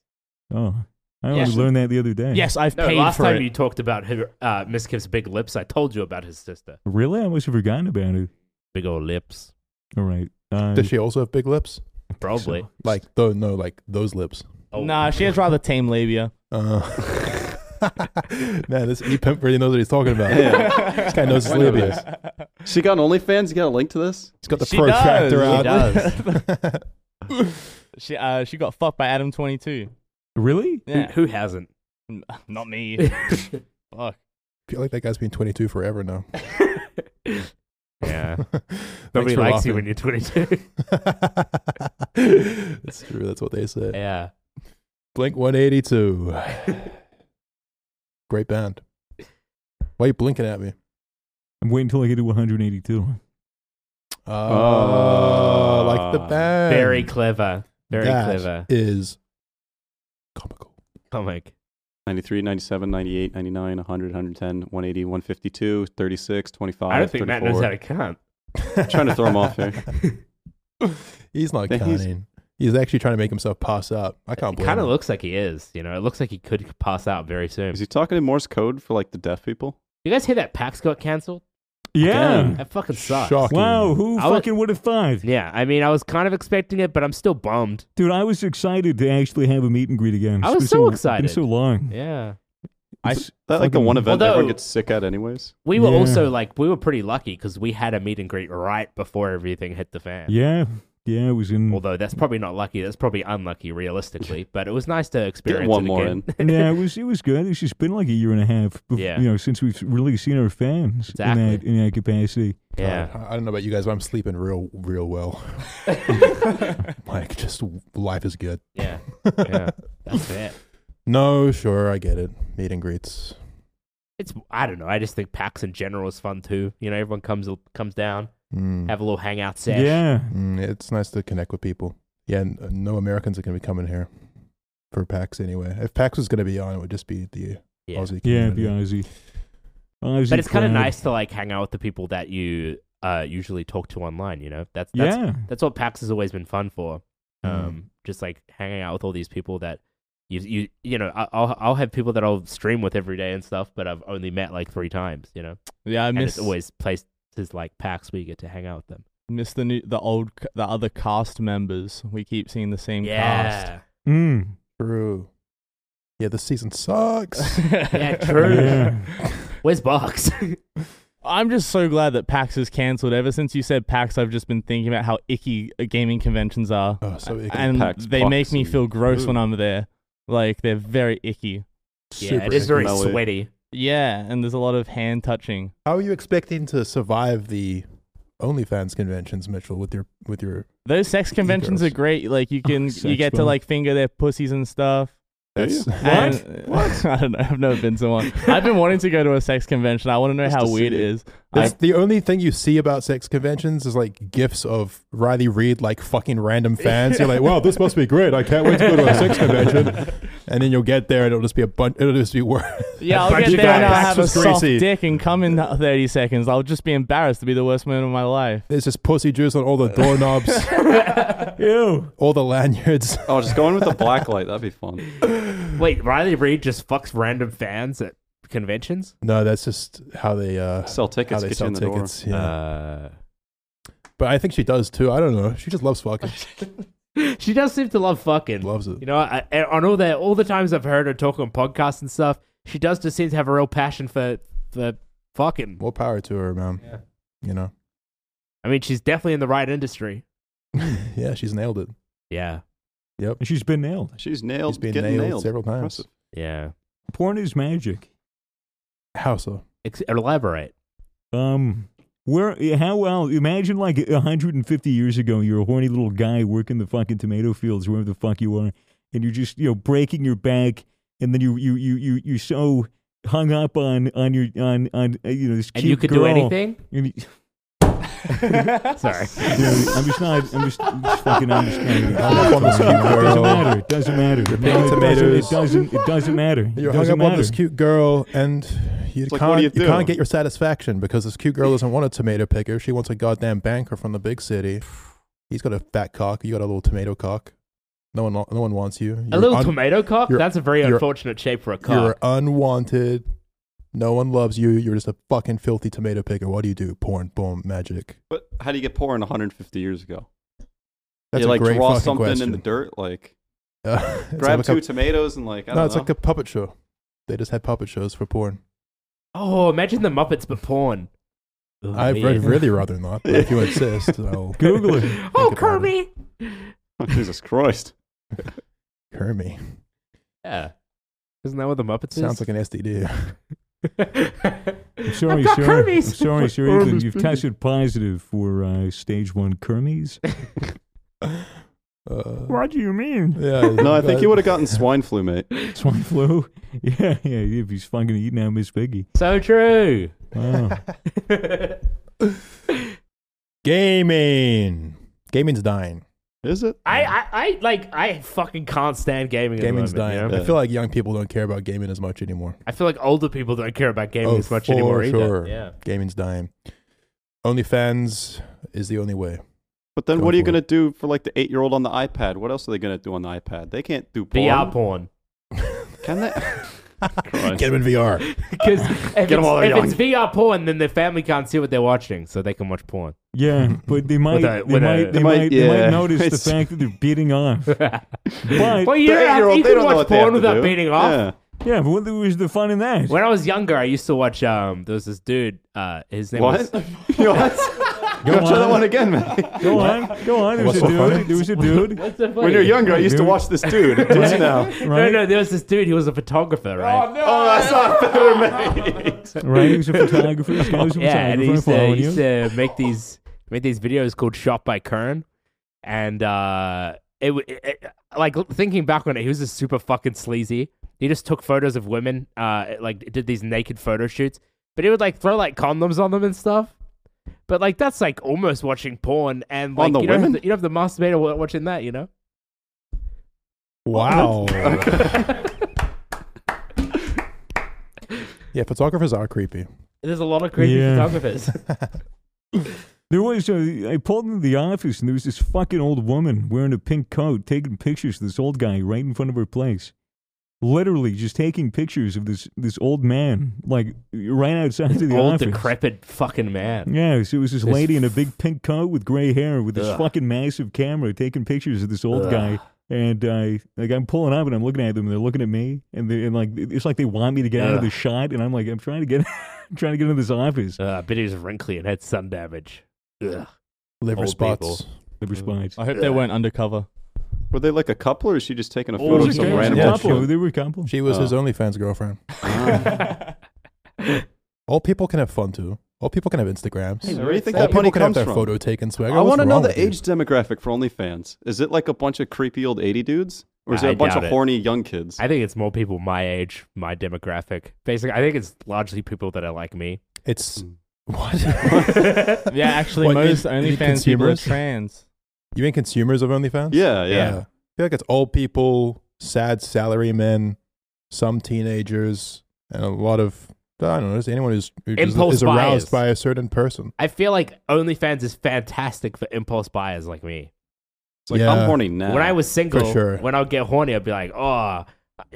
C: Oh, I only
E: Yes.
C: learned that the other
B: Hmm.
C: day.
E: Yes, I've
A: No,
E: paid
A: last
E: for
A: time
E: it.
A: you talked about her, uh, Miss Kip's big lips, I told you about his sister.
C: Really? I must have forgotten about it.
A: Big old lips,
C: All right. Uh,
B: Does she also have big lips?
A: probably.
C: so-
B: Like though, no, like those lips.
A: Oh.
E: Nah, she has rather tame labia.
B: Uh, man, this e pimp really knows what he's talking about. this guy knows his
D: I know
B: labia.
D: this. She got an OnlyFans? You got a link to this?
B: He's got the
E: She
B: protractor
E: does. She
B: out.
E: does. She uh, she got fucked by Adam twenty two.
C: really?
A: Who,
E: Yeah,
A: who hasn't?
E: N- not me. Fuck.
B: I feel like that guy's been 22 forever now.
A: yeah.
B: Thanks
A: Nobody
B: for
A: likes you
B: laughing.
A: when you're 22.
B: That's true. That's what they say.
A: yeah.
B: Blink 182. Great band. Why are you blinking at me?
C: I'm waiting until I get to 182.
B: Uh,
D: Ah.
B: like the band.
A: Very clever. Very
B: That
A: clever.
B: Is comical.
A: Comic.
D: 93, 97, 98, 99, 100, 110, 180, 152, 36, 25,
A: I don't think Matt knows
D: 34.
A: how to count.
D: trying to throw him off here.
B: He's not
D: Yeah, he's-
B: counting. He's actually trying to make himself pass up. I can't
A: It
B: blame
A: kind of
B: him.
A: looks like he is. You know, it looks like he could pass out very soon.
D: Is he talking in Morse code for like the deaf people?
A: You guys hear that PAX got cancelled?
C: Yeah.
A: That fucking sucks.
B: Shocking.
C: Wow. Who
A: I was-
C: fucking would have thought?
A: Yeah, I mean, I was kind of expecting it, but I'm still bummed.
C: Dude, I was excited to actually have a meet and greet again.
A: I
C: It's
A: was
C: been
A: so
C: long-
A: excited.
C: It's been so long.
A: Yeah.
E: I-
C: It's
D: That like the
C: fucking-
D: one event
A: Although-
D: everyone gets sick at, anyways.
A: We were
C: Yeah.
A: also like, we were pretty lucky because we had a meet and greet right before everything hit the fan.
C: Yeah. Yeah. It was in.
A: Although that's probably not lucky. That's probably unlucky, realistically. But it was nice to experience
D: Get one
A: it
D: more
A: again.
D: in.
C: yeah, uh, it was it was good. It's just been like a year and a half, bef-
A: Yeah.
C: you know, since we've really seen our fans
A: Exactly.
C: in that in that capacity.
A: Yeah.
B: I I don't know about you guys, but I'm sleeping real, real well. like, just life is good.
A: Yeah. Yeah. That's it.
B: No, sure, I get it. Meet and greets.
A: It's I don't know. I just think PAX in general is fun too. You know, everyone comes comes down,
B: Mm.
A: have a little hangout sesh.
C: Yeah,
B: Mm, it's nice to connect with people. Yeah, n- uh, no Americans are going to be coming here for PAX anyway. If PAX was going to be on, it would just be the
A: Yeah.
B: Aussie
C: yeah,
B: community.
C: be Aussie. Aussie
A: But it's kind of
C: crowd.
A: nice to like hang out with the people that you uh usually talk to online. You know, that's that's
C: Yeah,
A: that's what PAX has always been fun for. Um,
B: Mm.
A: just like hanging out with all these people that you you you know I- I'll I'll have people that I'll stream with every day and stuff, but I've only met like three times. You know,
E: Yeah, I
A: and it's
E: miss
A: always places like PAX where you get to hang out with them.
E: miss the new the old c- the other cast members. We keep seeing the same
C: mm.
B: True. Yeah, the season sucks.
E: cast.
A: Yeah, true.
C: yeah.
A: Where's Box?
E: I'm just so glad that PAX is cancelled. Ever since you said PAX, I've just been thinking about how icky uh, gaming conventions are,
B: oh, so icky.
E: and
D: PAX,
E: they make
D: POX,
E: me
D: and-
E: feel gross when
D: Ooh.
E: I'm there. Like they're very icky.
A: yeah, it
B: Super
A: is very
D: smelly.
A: sweaty.
E: Yeah, and there's a lot of hand touching.
B: How are you expecting to survive the OnlyFans conventions, Mitchell, with your with your
E: Those sex conventions
B: girls.
E: are great. Like you can you
C: sex,
E: get to
C: bro.
E: like finger their pussies and stuff.
B: that's
E: And, I don't know. I've never been to one. I've been wanting to go to a sex convention. I want to know
D: Just
E: how
D: to
E: weird
D: see it.
E: it is.
B: That's the only thing you see about sex conventions is like gifs of Riley Reed, like fucking random fans. You're like, wow, this must be great. I can't wait to go to a sex convention. And then you'll get there and it'll just be a bunch, it'll just be worse.
E: Yeah,
A: But
E: I'll get
A: you
E: there and
A: guys-
E: I'll have a
B: Pax was
E: soft
B: greasy.
E: dick and come in 30 seconds. I'll just be embarrassed to be the worst man of my life.
B: There's just pussy juice on all the doorknobs,
C: Ew.
B: all the lanyards.
D: Oh, just going with the black light. That'd be fun.
A: Wait, Riley Reed just fucks random fans at conventions?
B: No, that's just how they uh,
D: Sell
B: how
D: tickets,
B: they
D: get you
B: sell
D: in the
B: tickets. Yeah.
A: Uh,
B: but I think she does too. I don't know. She just loves fucking.
A: she does seem to love fucking.
B: loves it.
A: You know, I, I- on all the all the times I've heard her talk on podcasts and stuff, she does just seem to have a real passion for for fucking.
B: More power to her, man. You know.
A: I mean, she's definitely in the right industry.
B: yeah, she's nailed it.
A: Yeah,
B: Yep.
C: She's been nailed.
D: door. She's
B: She's
D: nailed.
B: been
D: getting
B: nailed,
D: nailed,
B: several times.
D: Impressive.
A: yeah.
C: Porn is magic.
B: How so?
A: Ex- elaborate.
C: Um, where? How well? Imagine like 150 years ago, you're a horny little guy working the fucking tomato fields, wherever the fuck you are, and you're just you know breaking your back, and then you you you you you're so hung up on on your on on uh, you know this
A: And
C: cute
A: you could do
C: girl,
A: anything.
C: and you-
A: Sorry.
C: Dude, I'm just not. I'm just, I'm just fucking. I'm just trying to.
B: hung up on this
C: It doesn't
B: girl.
C: matter. It doesn't matter. No, it doesn't. It
B: tomatoes.
C: doesn't. It doesn't matter. It
B: You're hung up
C: doesn't
B: on
C: matter.
B: this cute girl, and you
D: like, what
B: can't
D: do
B: you,
D: you do?
B: can't get your satisfaction because this cute girl doesn't want a tomato picker. She wants a goddamn banker from the big city. He's got a fat cock. You got a little tomato cock. No one, no one wants you. You're
A: a little
B: un-
A: tomato cock.
B: you're-
A: That's a very
B: you're-
A: unfortunate shape for a
B: You're
A: cock.
B: unwanted. No one loves you. You're just a fucking filthy tomato picker. What do you do? Porn, boom, magic.
D: But how do you get porn 150 years ago?
B: That's
D: you
B: a
D: like
B: great
D: draw
B: fucking
D: something
B: question.
D: in the dirt, like
B: Uh, it's
D: grab
B: like
D: two
B: a-
D: tomatoes and like I
B: no,
D: don't
B: it's
D: know.
B: like a puppet show. They just had puppet shows for porn.
A: Oh, imagine the Muppets but porn. Oh,
B: I'd
A: man.
B: really rather not, but if you insist, I'll
C: Google it.
A: Oh,
B: think about
A: Kirby.
D: Oh, Jesus Christ!
B: Kermy.
A: Yeah. Isn't that what the Muppets is?
B: Sounds like an STD.
C: I'm
A: I'm
C: sorry,
A: I've got
C: sir. I'm
A: Kirby's.
C: sorry, sir. Ethan, you've tested positive for uh, stage one Kermes.
B: Uh,
C: do you mean?
B: yeah,
D: No, I think
B: that-
D: you would have gotten swine flu, mate.
C: Swine flu? Yeah, yeah. If he's fucking eating out Miss Piggy.
A: So true.
C: Wow.
B: Gaming. Gaming's dying.
D: Is it?
A: I, I, I like I fucking can't stand gaming. at the
B: Gaming's
A: moment, you
B: dying.
A: know?
B: I feel like young people don't care about gaming as much anymore.
A: I feel like older people don't care about gaming
B: Oh,
A: as much
B: for
A: anymore
B: sure.
A: either. Yeah.
B: Gaming's dying. OnlyFans is the only way.
D: But then,
B: Go
D: what are you
B: for it.
D: gonna do for like the eight-year-old on the iPad? What else are they gonna do on the iPad? They can't do porn.
A: VR porn.
D: Can they? Christ.
B: Get them in VR.
A: Because if,
D: them while
A: it's,
D: they're
A: if
D: young.
A: it's VR porn, then their family can't see what they're watching, so they can watch porn.
C: Yeah, but they might,
A: With a-
C: they,
A: with a-
C: might, they,
D: They
C: might,
D: might-
C: they might
D: yeah.
C: notice the
D: It's-
C: fact that they're beating off. But
A: Well, you,
D: The
A: don't have-
D: eight-year-old,
A: you
D: they
A: can
D: don't know
A: watch
D: what they
A: porn
D: have to
A: without
D: do.
A: beating off.
D: Yeah.
C: yeah, but what was the fun in that?
A: When I was younger, I used to watch. Um, there was this dude. Uh, his name was
D: What? You what? You gotta try that one again, man.
C: Go on, go on. There was
B: What's
C: a
B: so funny?
C: dude. There was a dude.
A: What's so funny?
D: When you're younger, I used to
C: Dude.
D: watch this dude. Did you now?
A: No,
C: Right,
A: no, there was this dude. He was a photographer, right?
D: Oh, that's not better, mate.
C: right. He was a photographer. This guy was a
A: yeah, and uh, he
C: photographer.
A: used, to,
C: following
A: he
C: you.
A: used to make these make these videos called "Shot by Kern," and uh, it, w- it, it like thinking back on it, he was just super fucking sleazy. He just took photos of women, uh, like did these naked photo shoots, but he would like throw like condoms on them and stuff. But like that's like almost watching porn, and like
D: On the
A: you don't have
D: women?
A: to, you don't have the masturbator wa- watching that, you know.
B: Wow. yeah, photographers are creepy.
A: There's a lot of creepy
C: Yeah.
A: photographers.
C: There was a, I pulled into the office and there was this fucking old woman wearing a pink coat taking pictures of this old guy right in front of her place. Literally just taking pictures of this this old man, like right outside of the
A: Old
C: office.
A: decrepit fucking man.
C: Yeah, so it was this lady in a big pink coat with gray hair with this
A: Ugh.
C: fucking massive camera taking pictures of this old
A: Ugh.
C: guy. And uh, like I'm pulling up and I'm looking at them and they're looking at me and they and like it's like they want me to get out of
A: Ugh.
C: the shot and I'm like I'm trying to get trying to get into this office.
A: Uh, I bet he was wrinkly and had sun damage. Ugh.
B: Liver
A: Old
B: spots.
A: people.
C: The response.
E: I hope they weren't undercover.
D: Were they like a couple, or is she just taking a
A: Oh,
D: photo
A: she
D: of some
A: was a
D: random
B: Yeah,
D: old
C: couple.
D: chick?
C: They were a couple.
B: She was
D: Oh.
B: his OnlyFans girlfriend. All people can have fun too. All people can have Instagrams.
D: Hey, where do you think
B: All
D: that
B: people
D: money
B: can have
D: comes
B: their
D: from?
B: photo taken swag.
D: I want
B: want
D: to know the age demographic for OnlyFans. Is it like a bunch of creepy old 80 dudes? Or is
A: I
D: it a bunch
A: doubt
D: of
A: it.
D: horny young kids?
A: I think it's more
D: Hmm.
A: people my age, my demographic. Basically, I think it's largely people that are like me.
B: It's What?
E: Yeah, actually,
B: What, you-
E: most
B: you
E: OnlyFans people are
B: consumers?
E: trans.
B: you mean consumers of OnlyFans?
D: Yeah, yeah.
B: I feel like it's old people, sad salary men, some teenagers, and a lot of I don't know, just anyone who's who just
A: Impulse
B: is
A: buyers.
B: aroused by a certain person.
A: I feel like OnlyFans is fantastic for impulse buyers like me.
D: It's like
B: Yeah.
D: I'm horny now.
A: when I was single,
B: sure.
A: when I'd get horny, I'd be like, oh,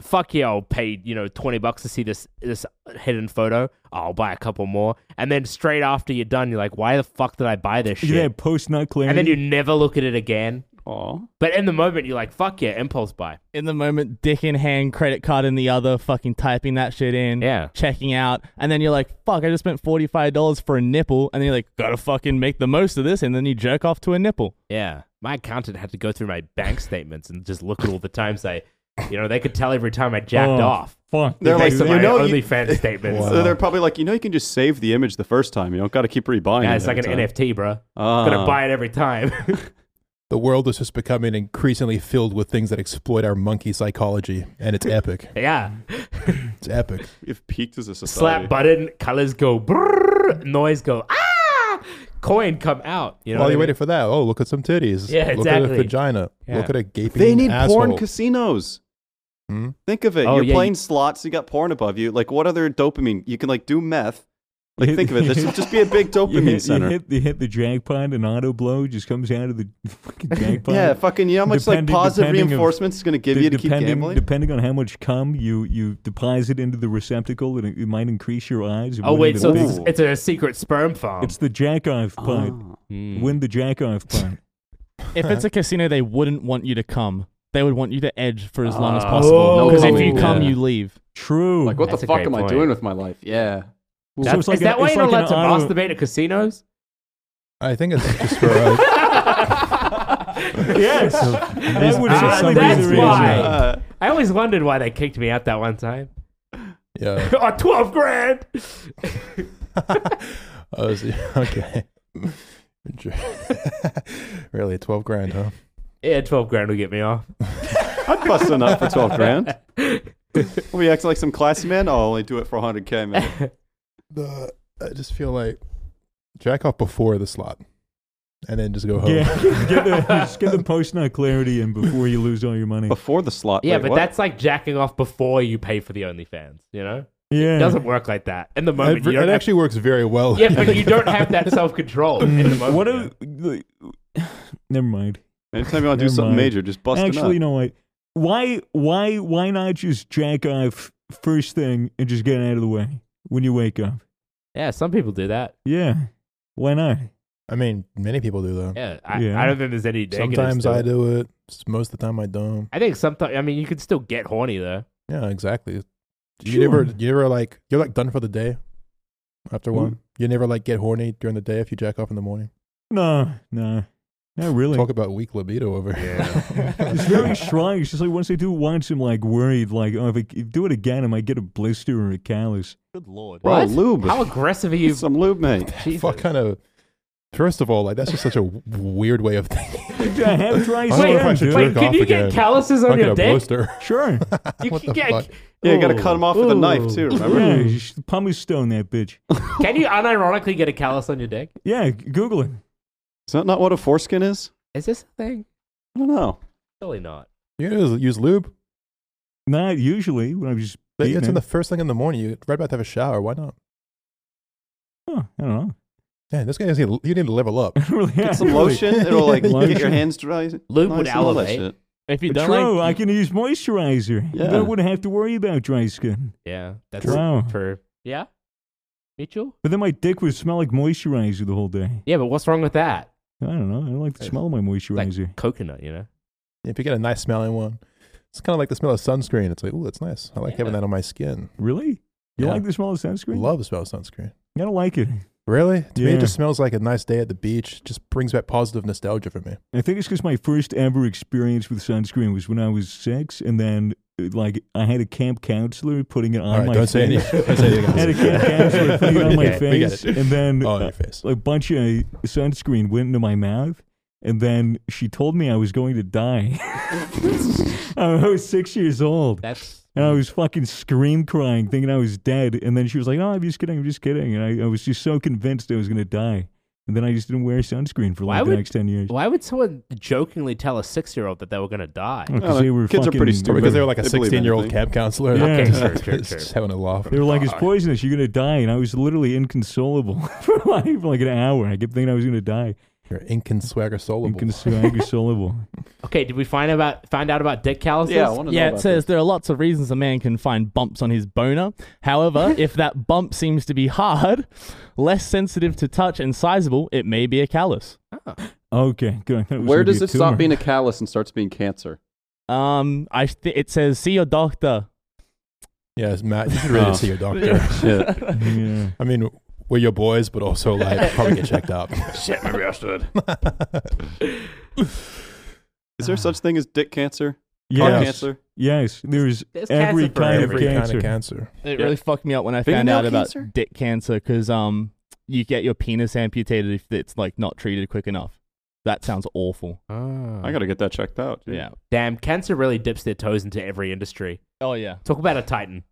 A: fuck yeah, I'll pay, you know, 20 bucks to see this this hidden photo. I'll buy a couple more. And then straight after you're done, you're like, why the fuck did I buy this
C: Yeah,
A: shit?
C: post nut clarity.
A: and then you never look at it again.
D: Aw.
A: But in the moment, you're like, fuck yeah, impulse buy.
E: In the moment, dick in hand, credit card in the other, fucking typing that shit in,
A: Yeah.
E: checking out, and then you're like, "Fuck, I just spent forty five dollars for a nipple," and then you're like, "Gotta fucking make the most of this," and then you jerk off to a nipple.
A: Yeah. My accountant had to go through my bank statements and just look at all the times I, you know, they could tell every time I jacked
C: Oh,
A: off.
C: Fuck.
D: They're like,
A: based on
D: you
A: my
D: know, you,
A: OnlyFans statements.
D: so they're probably like, you know, you can just save the image the first time. You don't got to keep rebuying.
A: Yeah,
D: it
A: it's like an
D: every time.
A: NFT, bro.
D: Ah.
F: Uh.
A: Gonna buy it every time.
B: The world is just becoming increasingly filled with things that exploit our monkey psychology, and it's epic.
A: yeah.
B: It's epic.
D: We've peaked as a society.
A: Slap button, colors go brrr, noise go ah, coin come out. You know,
B: While
A: what I
B: you're
A: mean?
B: waiting for that, oh, look at some titties.
A: Yeah,
B: look at
A: exactly.
B: a vagina.
A: Yeah.
B: Look at a gaping.
D: They need porn
B: asshole.
D: casinos.
B: Hmm?
D: Think of it.
A: Oh,
D: You're
A: yeah,
D: playing
A: you-
D: slots. You got porn above you. Like, what other dopamine? You can like do meth. Like, think of it. This should just be a big
C: You
D: dopamine
C: hit, you,
D: center.
C: hit, you hit the jackpot, an auto blow just comes out of the fucking jackpot.
D: yeah, fucking. You know how much like
C: Depending-
D: positive
C: depending of-
D: reinforcements is going to give
C: De-
D: you to keep
C: depending,
D: gambling?
C: depending on how much cum you, you deposit into the receptacle, it, it might increase your odds. of
A: Oh
C: winning
A: wait,
C: the
A: so
C: big-
A: it's,
D: Ooh.
A: it's a secret sperm farm.
C: it's the jackoff part.
D: Ah.
A: Mm.
C: Win the jackoff part.
E: If it's a casino, they wouldn't want you to come. They would want you to edge for as long as
A: Oh.
E: possible. Because if
F: No
E: you
F: coming,
E: come,
F: yeah.
E: you leave.
C: True.
F: Like, what
A: That's a
F: the fuck
A: great
F: am I
A: point.
F: doing with my life? Yeah.
C: So it's
A: That's-
C: like
A: is
C: a-
A: that why
C: it's
A: you're not
C: like an
A: allowed to
C: auto-
A: masturbate at casinos?
B: I think it's just for uh,
C: Yes.
B: This-
C: that would
A: ah,
C: certainly
A: that's
C: be the reason.
A: why.
D: Uh,
A: I always wondered why they kicked me out that one time.
B: yeah.
A: oh, 12 grand.
B: Oh, so- okay. really, twelve grand, huh?
A: Yeah, 12 grand will get me off.
D: I'd bust a nut for twelve grand. We acting like some classy man. Oh, I'll only do it for hundred k, man.
B: The I just feel like jack off before the slot, and then just go home.
C: Yeah,
A: Oh.
C: get the, just get the post nut clarity in before you lose all your money.
A: Oh,
D: Before the slot.
A: Yeah,
D: Wait,
A: but
D: what?
A: that's like jacking off before you pay for the OnlyFans, you know?
C: Yeah,
A: It doesn't work like that. In the
B: It,
A: moment,
B: it
A: you don't have-
B: actually works very well.
A: Yeah, but you don't have that self control in the moment.
C: What
A: you know?
C: if? Never mind.
D: anytime you want to do
C: Never
D: something
C: mind.
D: major, just bust a nut.
C: Actually, no. Wait. Why? Why? Why not just jack off first thing and just get out of the way when you wake up?
A: Yeah, some people do that.
C: Yeah. Why not?
B: I mean, many people do though.
A: Yeah, I,
C: Yeah.
A: I don't think there's any. negatives
B: Sometimes
A: to
B: I
A: it.
B: do it. s- Most of the time, I don't.
A: I think sometimes. I mean, you can still get horny though.
B: Yeah, exactly. You
C: Sure.
B: never, you never like, you're like done for the day after
A: Hmm?
C: Mm.
B: one. You never like get horny during the day if you jack off in the morning.
C: No. No. Not really.
B: Talk about weak libido over. here.
C: It's very strong. It's just like once I do it once, I'm like worried. Like, oh, if I do it again, I might get a blister or a callus.
E: Good lord.
D: Bro,
A: What?
D: lube.
A: How aggressive are you?
D: Some lube, mate.
A: Jesus.
B: Fuck, kind of. First of all, like that's just such a w- weird way of thinking.
C: I have dry
B: I don't know if I
C: skin,
B: should
C: dude.
A: Wait,
B: jerk
A: can
B: off
A: you
B: again.
A: get calluses
B: I
A: on
B: get
A: your
B: a
A: dick?
B: blister.
C: Sure.
A: You
B: What
A: can
B: the
A: get.
B: fuck?
D: Yeah, you got to
A: Ooh,
D: cut them off with a knife too.
A: ooh.
D: Remember?
C: Oh. Yeah, just pumice stone that bitch.
A: Can you unironically get a callus on your dick?
C: Yeah, Google it.
D: Is that not what a foreskin is?
A: Is this a thing?
D: I don't know.
A: Surely not.
B: You can just use lube.
C: Not usually when I'm just.
B: Like,
C: beating
B: it's in
C: it.
B: the first thing in the morning. You're right about to have a shower. Why not?
C: Huh, I don't know.
B: Man, this guy is. You need to level up.
C: I don't really-
D: Get some
C: really-
D: lotion. It'll like get your
C: Lotion.
D: hands dry.
A: Lube
D: nice
A: would
D: and all that
A: elevate.
D: shit.
E: If you don't
C: True,
E: like,
C: I can use moisturizer.
D: Yeah.
C: Then I wouldn't have to worry about dry skin.
A: Yeah, that's
C: Wow.
A: true. Yeah, Mitchell.
C: But then my dick would smell like moisturizer the whole day.
A: Yeah, but what's wrong with that?
C: I don't know. I don't like the smell of my
A: Like
C: moisturizer.
A: coconut, you know.
B: If you get a nice smelling one, it's kind of like the smell of sunscreen. It's like, oh, it's nice. I like having
A: Yeah.
B: that on my skin.
C: really? You
B: Yeah.
C: like the smell of sunscreen?
B: Love the smell of sunscreen.
C: I don't like it.
B: Really? To me,
C: Yeah.
B: it just smells like a nice day at the beach. It Just brings back positive nostalgia for me.
C: I think it's because my first ever experience with sunscreen was when I was six, and then uh, like I had a camp counselor putting it on
B: All right,
C: Oh my
B: don't
C: face.
B: say anything. Don't say anything
C: I had a
B: else.
C: camp counselor putting it on my
B: Okay, we get
C: face,
B: it.
C: and then
B: Oh, on
C: uh,
B: your face.
C: a bunch of sunscreen went into my mouth, and then she told me I was going to die. I was six years old.
A: That's
C: And
D: Mm.
C: I was fucking scream crying, thinking I was dead. And then she was like, "Oh, I'm just kidding. I'm just kidding." And I, I was just so convinced I was gonna die. And then I just didn't wear sunscreen for
A: Why
C: like the
A: would-
C: next ten years.
A: Why would someone jokingly tell a six year old that they were going to die?
C: Because
D: Oh,
C: they were
D: kids are
C: fucking,
D: pretty stupid.
B: because they were like a
D: They believe
B: 16 year old
D: anything.
B: camp counselor.
C: Yeah. Okay,
A: sure, sure,
B: It's
A: sure.
B: just having a laugh.
C: They were like, "It's
B: Ah.
C: poisonous. You're gonna die." And I was literally inconsolable for like, for like an hour. I kept thinking I was gonna die.
B: You're inconsolable.
C: Inconsolable.
A: Okay, did we find about find out about dick calluses?
D: Yeah, I want to
E: Yeah,
D: know
E: it
D: about
E: says there are lots of reasons a man can find bumps on his boner. However, if that bump seems to be hard, less sensitive to touch, and sizable, it may be a callus.
C: okay, good. I thought it
D: that.
C: was
D: Where
C: gonna be
D: does
C: a
D: it stop
C: tumor.
D: being a callus and starts being cancer?
E: Um, I th- it says see your doctor.
B: Yes, Matt, you should really
D: Oh.
B: see your doctor.
D: Shit.
C: Yeah.
B: I mean, we're your boys, but also like probably get checked up.
D: Shit, maybe I should. Is there such thing as dick cancer? Car
C: Yes.
D: cancer?
C: Yes. There's
A: There's
C: every
A: cancer for
C: kind of
B: Every kind
C: cancer.
B: of cancer.
E: It
D: Yeah.
E: really fucked me up when I
D: Fingernail
E: found out about
D: cancer?
E: dick cancer because um, you get your penis amputated if it's like not treated quick enough. That sounds awful.
A: Ah.
D: I gotta get that checked out. dude.
E: Yeah.
A: Damn, cancer really dips their toes into every industry.
E: Oh yeah.
A: Talk about a titan.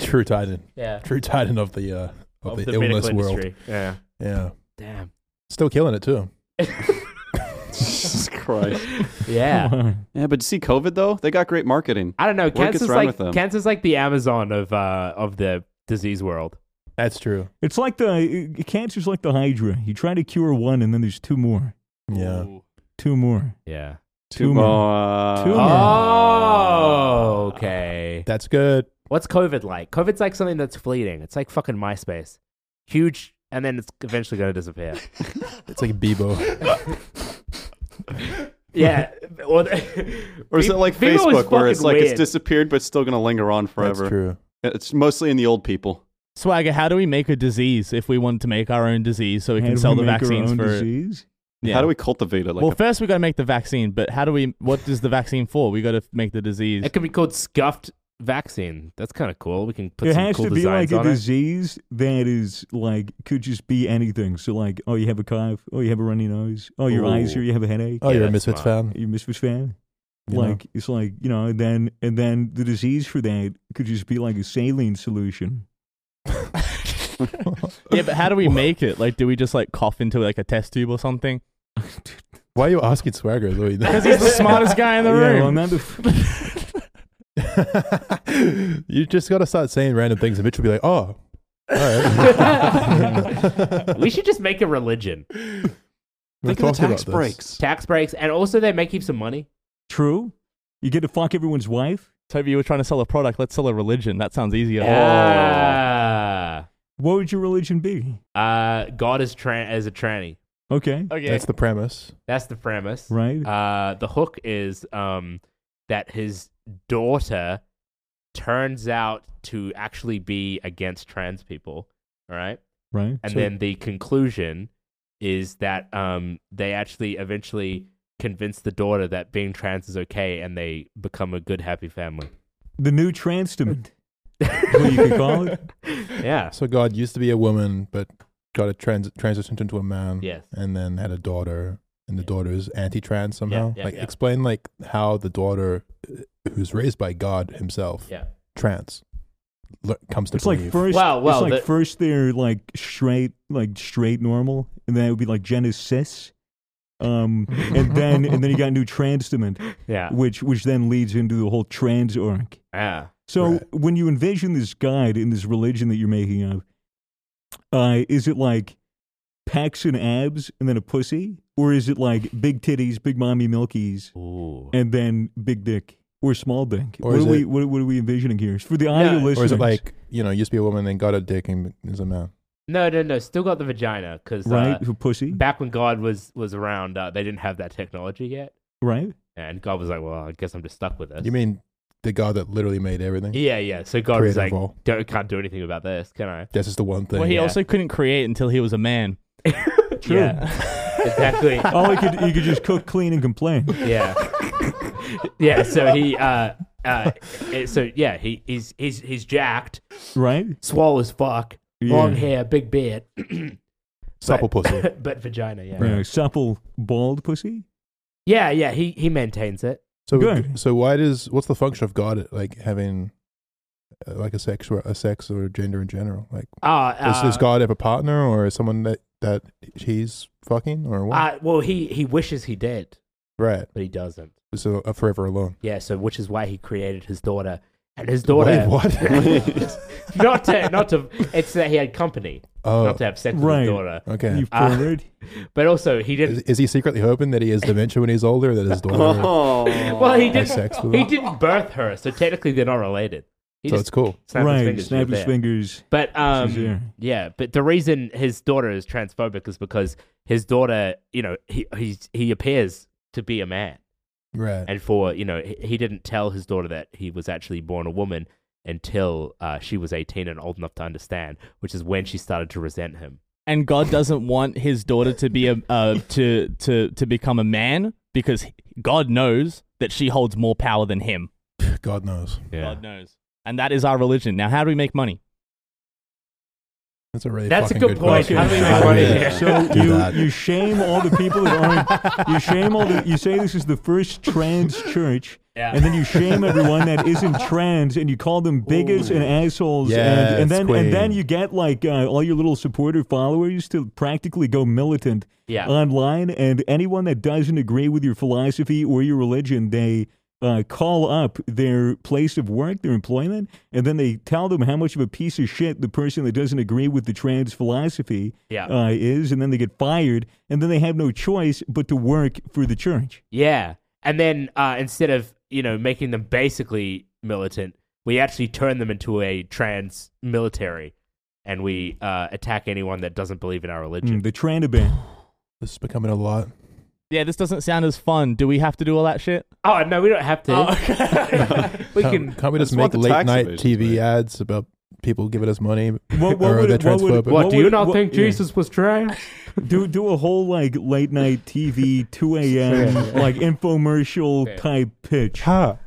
B: True titan.
A: Yeah.
B: True titan of the uh, of, the,
A: medical
B: illness world.
A: industry. Yeah.
B: Yeah,
A: Damn.
B: still killing it too.
D: Jesus Christ.
A: yeah.
C: Come on.
D: Yeah, but you see COVID though? They got great marketing.
A: I don't know.
D: gets
A: Cancer's
D: wrong
A: like
D: with them?
A: cancer's like the Amazon of uh of the disease world.
B: That's true.
C: It's like the uh, cancer's like the Hydra. You try to cure one, and then there's two more,
B: Yeah,
C: two more.
A: Yeah.
C: Tumor.
D: Uh,
C: Tumor.
A: Oh, okay.
B: that's good.
A: What's COVID like? COVID's like something that's fleeting. It's like fucking MySpace. Huge, and then it's eventually going to disappear.
B: It's like Bebo.
A: yeah. Or,
D: Or is it like Facebook where it's like it's disappeared but it's still gonna linger on
B: that's
D: forever?
B: true.
D: It's mostly in the old people.
E: Swagger, how do we make a disease if we wanted to make our own disease so we can sell the vaccines for? it?
C: disease?
E: Yeah.
D: How do we cultivate it? Like
E: well,
D: a-
E: first we got to make the vaccine, but how do we? What is the vaccine for? We got to make the disease.
A: It could be called scuffed vaccine. That's kind of cool. We can put
C: it
A: some
C: has
A: cool
C: to be
A: designs
C: like a
A: on it.
C: disease that is like could just be anything. So like, oh, you have a cough. Oh, you have a runny nose. Oh, your eyes
D: Ooh.
C: here. You have a headache.
B: Oh,
A: Yeah,
B: you're a
A: that's
B: Misfits
A: fine.
B: fan.
C: You miss fan.
B: You know?
C: like it's like you know, and then and then the disease for that could just be like a saline solution.
E: yeah, but how do we make it? Like, do we just like cough into like a test tube or something?
B: Why are you asking Swagger? Because
E: Because he's the smartest guy in the
C: yeah,
E: room.
C: well, not the f-
B: you just got to start saying random things, and Mitch will be like, "Oh, all right."
A: we should just make a religion.
B: We've
D: think of the
B: talked about
D: tax
B: this.
D: breaks.
A: Tax breaks, and also they may keep some money.
C: true. You get to fuck everyone's wife.
E: Toby, you were trying to sell a product. Let's sell a religion. That sounds easier.
A: Ah.
C: What would your religion be?
A: Uh, God is tran as a tranny.
C: Okay,
E: Okay.
B: That's the premise.
A: That's the premise.
C: right.
A: Uh, the hook is um, that his daughter turns out to actually be against trans people. All right.
C: right.
A: And
C: So-
A: then the conclusion is that um, they actually eventually convince the daughter that being trans is okay and they become a good, happy family.
C: The new transdiment. what you could call it.
A: Yeah.
B: So God used to be a woman, but got a trans- transitioned into a man,
A: Yes.
B: and then had a daughter, and the
A: Yeah.
B: daughter is anti-trans somehow.
A: yeah,
B: like,
A: yeah.
B: explain like how the daughter, uh, who's raised by God Himself,
A: Yeah.
B: trans, le- comes to
C: It's like
B: believe.
C: first.
A: Well, well,
C: it's like
A: the-
C: first they're like straight, like straight normal, and then it would be like Genesis, Um, and then and then you got new transdiment,
A: Yeah.
C: which which then leads into the whole trans arc.
A: Yeah.
C: So
B: Right.
C: when you envision this guide in this religion that you're making up, uh, is it like pecs and abs and then a pussy, or is it like big titties, big mommy milkies,
A: Ooh.
C: and then big dick or small dick?
B: Or
C: what
B: is
C: are we
B: it-
C: what, what are we envisioning here for the audio
A: Yeah.
C: listeners?
B: or is it like you know, used to be a woman, then got a dick and is a man?
A: No, no, no. Still got the vagina because
C: right
A: uh,
C: for pussy,
A: back when God was was around, uh, they didn't have that technology yet,
C: right?
A: and God was like, "Well, I guess I'm just stuck with this."
B: You mean the God that literally made everything?
A: Yeah, yeah. So God was
B: Creator
A: like,
B: of all.
A: "Don't can't do anything about this, can I?"
B: That's just the one thing.
E: well, he
A: yeah.
E: also couldn't create until he was a man.
C: True.
A: Yeah, exactly.
C: Oh, he could he could just cook, clean, and complain.
A: Yeah, yeah. So he, uh, uh, eh, so yeah, he he's he's he's jacked,
C: Right?
A: swole as fuck,
C: Yeah.
A: long hair, big beard,
B: Supple pussy.
A: but vagina. Yeah,
C: You know, supple, bald pussy.
A: yeah, yeah. He he maintains it.
B: So
C: Good.
B: so why does what's the function of God like having uh, like a sex a sex or gender in general? Like
A: Ah,
B: does,
A: uh,
B: does God have a partner or is someone that that he's fucking or what?
A: uh, well, he he wishes he did,
B: right.
A: but he doesn't.
B: So uh, forever alone.
A: Yeah, so which is why he created his daughter, and his daughter
B: Wait, what?
A: not to not to it's that he had company,
B: oh,
A: not to have sex with
C: Right.
A: his daughter,
B: okay.
C: You
A: Ah.
C: pervert.
A: but also he
B: Is,
A: didn't.
B: is he secretly hoping that he has dementia when he's older? That his daughter
D: Oh.
A: Well, he didn't.
B: has sex with
A: He
B: him?
A: didn't birth her, so technically they're not related. He
B: So
A: just
B: it's cool.
A: snapped his
C: Right.
A: fingers.
C: Snap
A: you're
C: his
A: there.
C: fingers.
A: But
C: She's there.
A: um, yeah. But the reason his daughter is transphobic is because his daughter, you know, he he's, he appears to be a man,
B: Right.
A: and for you know, he, he didn't tell his daughter that he was actually born a woman until uh, she was eighteen and old enough to understand, which is when she started to resent him.
E: and God doesn't want his daughter to be a uh, to to to become a man because God knows that she holds more power than him.
B: God knows.
E: God knows, and that is our religion. Now, how do we make money?
B: That's a really
A: That's a
B: fucking
A: good point.
B: question.
A: How do we
B: Yeah.
A: make money?
B: Yeah.
C: So
B: Do
C: you,
B: that.
C: you shame all the people that aren't. You shame all the. You say this is the first trans church,
A: Yeah.
C: and then you shame everyone that isn't trans, and you call them bigots and assholes, and,
B: Yes,
C: and then and then
B: queen.
C: you get like uh, all your little supporter followers to practically go militant
A: Yeah.
C: online, and anyone that doesn't agree with your philosophy or your religion, they. Uh, call up their place of work, their employment, and then they tell them how much of a piece of shit the person that doesn't agree with the trans philosophy
A: Yeah.
C: uh, is, and then they get fired, and then they have no choice but to work for the church.
A: Yeah. And then uh, instead of, you know, making them basically militant, we actually turn them into a trans military and we uh, attack anyone that doesn't believe in our religion.
C: Mm, the Trandabit.
B: This is becoming a lot.
E: Yeah, this doesn't sound as fun. Do we have to do all that shit?
A: Oh, no, we don't have to. we
B: Can't-
A: can.
B: Can't we just
D: That's what
B: make
D: the
B: late
D: tax
B: night
D: evasion's
B: TV
D: made.
B: ads about people giving us money?
C: What,
B: Or
C: would
B: the
C: it- what would it-
B: transphobic.
A: What, do you
C: would-
A: not
C: what-
A: think
C: yeah.
A: Jesus was trans?
C: Do do a whole like late night TV, two a.m. like infomercial type pitch.
B: Ha!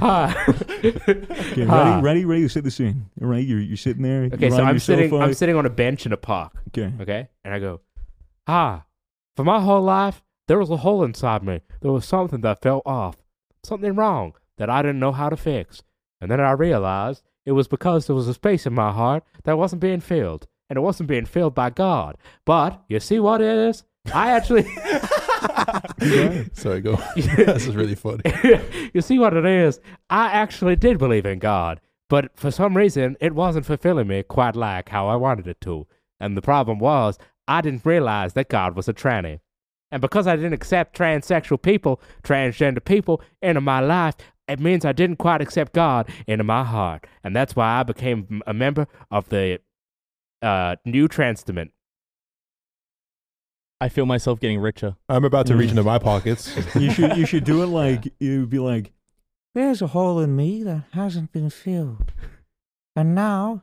A: Ah.
C: Okay,
A: Ah.
C: ready, ready, ready to set the scene. All right, you're you're sitting there.
A: Okay,
C: you're
A: so
C: on
A: I'm
C: your
A: sitting,
C: sofa.
A: I'm sitting on a bench in a park.
C: Okay.
A: okay? And I go, ah, for my whole life, there was a hole inside me. There was something that felt off, something wrong that I didn't know how to fix. And then I realized it was because there was a space in my heart that wasn't being filled, and it wasn't being filled by God. But you see what it is? I actually.
B: Sorry, go. this is really funny.
A: you see what it is? I actually did believe in God, but for some reason, it wasn't fulfilling me quite like how I wanted it to. And the problem was, I didn't realize that God was a tranny. And because I didn't accept transsexual people, transgender people into my life, it means I didn't quite accept God into my heart. And that's why I became m- a member of the uh, New Transtament.
E: I feel myself getting richer.
B: I'm about to reach into my pockets.
C: You should you should do it like it would be like
F: There's a hole in me that hasn't been filled. And now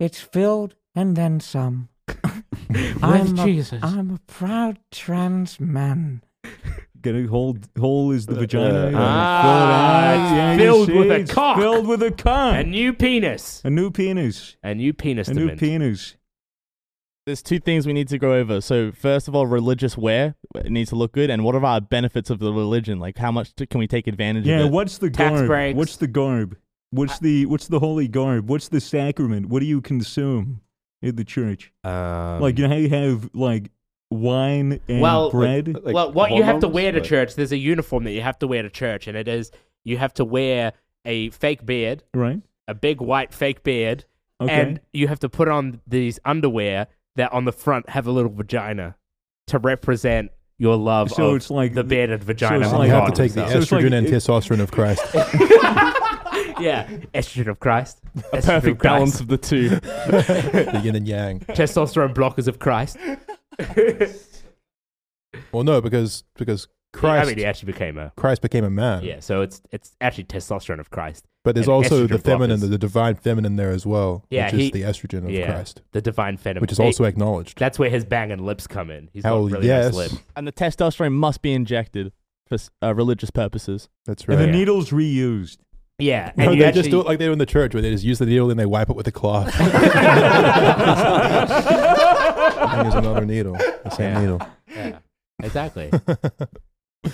F: it's filled and then some.
A: With Jesus.
F: A, I'm a proud trans man.
C: get a whole hole is the vagina. and
A: Ah,
C: fill it out. Yeah, you
A: filled
C: see,
A: with a
C: it's
A: cock.
C: Filled with a cock.
A: A new penis.
C: a new penis.
A: A new penis.
C: A new penis.
E: There's two things we need to go over. So, first of all, religious wear it needs to look good, and what are our benefits of the religion? Like, how much t- can we take advantage
C: Yeah,
E: of it?
C: what's the
A: Tax
C: garb?
A: breaks.
C: What's the garb? What's the what's the holy garb? What's the sacrament? What do you consume in the church?
A: Um,
C: like you know how you have like wine and
A: Well, uh,
C: bread?
D: Like
A: well, what you have to
D: hormones?
A: wear to
D: Like-
A: church, there's a uniform that you have to wear to church, and it is you have to wear a fake beard,
C: right?
A: a big white fake beard,
C: Okay.
A: and you have to put on these underwear that on the front have a little vagina to represent your love
C: So
A: of
C: it's like
A: the
C: the-
A: bearded vagina.
C: it's
A: of
B: I
C: like-
B: have to
A: God
B: take the
A: himself.
C: it's like-
B: estrogen and testosterone of Christ.
A: yeah, estrogen of Christ, a
E: Perfect balance of the two.
B: the yin and yang.
A: testosterone blockers of Christ.
B: Well, no, because because Christ
A: I mean, he actually became a
B: Christ became a man.
A: yeah. So it's it's actually testosterone of Christ.
B: But there's
A: and
B: also the
A: estrogen
B: feminine,
A: blockers.
B: the divine feminine there as well,
A: Yeah,
B: which
A: he-
B: is the estrogen of
A: yeah,
B: Christ,
A: the divine feminine,
B: which is
A: He-
B: also acknowledged.
A: That's where his banging lips come in. He's
B: Hell
A: got really
B: yes,
A: nice lip.
E: and the testosterone must be injected for s- uh, religious purposes.
B: that's
C: And
B: right.
C: the
A: Yeah.
C: needle's reused.
A: Yeah,
B: No,
A: and you
B: they
A: actually,
B: just do it like they do in the church, where they just use the needle and they wipe it with a cloth. and use another needle, the same
A: Yeah.
B: needle.
A: yeah, exactly.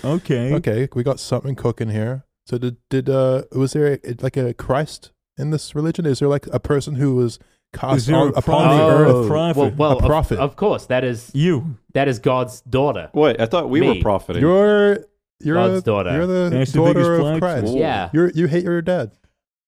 C: Okay.
B: Okay, we got something cooking here. So did did uh was there a, like a Christ in this religion? Is there like a person who was
C: Is
B: cast
C: there
B: on,
C: a
B: upon the
C: prophet?
B: earth?
C: A prophet.
A: Well, well, of-
B: prophet. Oh,
A: Of, course, that is
C: You.
A: that is God's daughter.
D: Wait, I thought we
A: Me.
D: were profiting.
B: You're you're
A: God's
B: a-
A: daughter.
B: You're the
C: That's the biggest
B: daughter of
C: flex.
B: Christ.
D: Whoa.
A: Yeah,
B: You're, oh, you hate your dad.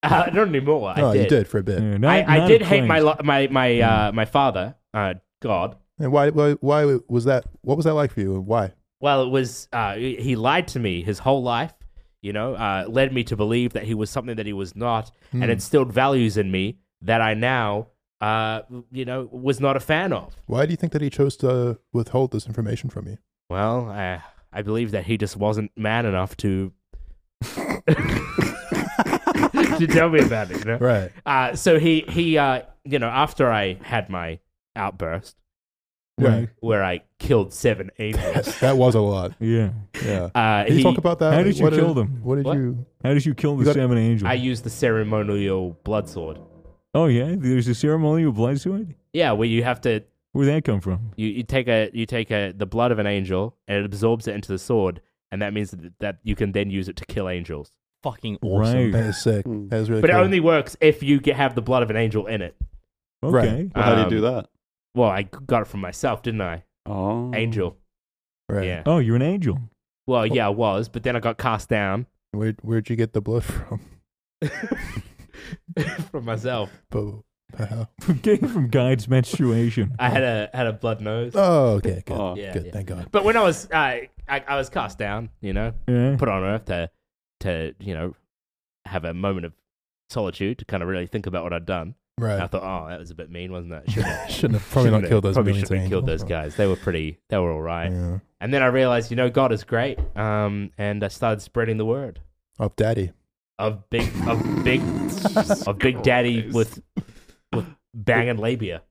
A: uh, not anymore.
B: oh,
A: I did.
B: you did for a Mm. bit.
C: Yeah, not-
A: I, I
C: not
A: did
C: a
A: hate my
C: Christ.
A: lo- my my uh, my father, uh, God.
B: And why, why why was that? What was that like for you? And why?
A: Well, it was uh, he he lied to me his whole life. You know, uh, led me to believe that he was something that he was not,
B: Mm.
A: and instilled values in me that I now, uh, you know, was not a fan of.
B: Why do you think that he chose to withhold this information from you?
A: Well, I I believe that he just wasn't man enough to to tell me about it. You know?
B: Right.
A: Uh, so he he uh, you know after I had my outburst
B: Right.
A: where I killed seven angels,
B: that was a lot.
C: Yeah.
B: Yeah.
A: uh,
B: Can you
A: he,
B: talk about that?
C: How did you
B: What
C: kill them?
B: What did
A: What?
B: you?
C: How did you kill the
B: You got-
C: seven angels?
A: I used the ceremonial blood sword.
C: oh yeah, there's a ceremonial blood sword.
A: Yeah, where you have to
C: Where'd that come from?
A: you, you take a you take a the blood of an angel and it absorbs it into the sword, and that means that, that you can then use it to kill angels.
E: Fucking
C: Right.
B: That is sick.
D: Hmm.
B: That is really.
A: But it
B: cool.
A: only works if you get, have the blood of an angel in it.
B: Right.
C: Okay.
D: Well, how do you
A: Um,
D: do that?
A: Well, I got it from myself, didn't I?
D: Oh,
A: Angel.
B: Mm. Right.
A: Yeah.
C: Oh, you're an angel.
A: Well, yeah, I was, but then I got cast down
B: Where where'd you get the blood from?
A: from myself.
B: But, how?
C: Came from God's menstruation.
A: I had a had a blood nose.
B: Oh, okay. Good.
D: Oh.
A: Yeah,
B: good.
A: yeah.
B: Thank God.
A: But when I was uh, I I was cast down, you know,
C: Yeah.
A: put on earth to to you know have a moment of solitude to kind of really think about what I'd done. And I
B: Right.
A: thought, oh, that was a bit mean, wasn't it? Shouldn't have,
B: Shouldn't have probably
A: shouldn't
B: not
A: have-
B: killed those.
A: Probably
B: millions
A: shouldn't have
B: of
A: killed
B: angels.
A: those guys. They were pretty. They were all right.
B: Yeah.
A: And then I realized, you know, God is great. Um, and I started spreading the word
B: Up, daddy.
A: of big of big of big daddy with with banging labia,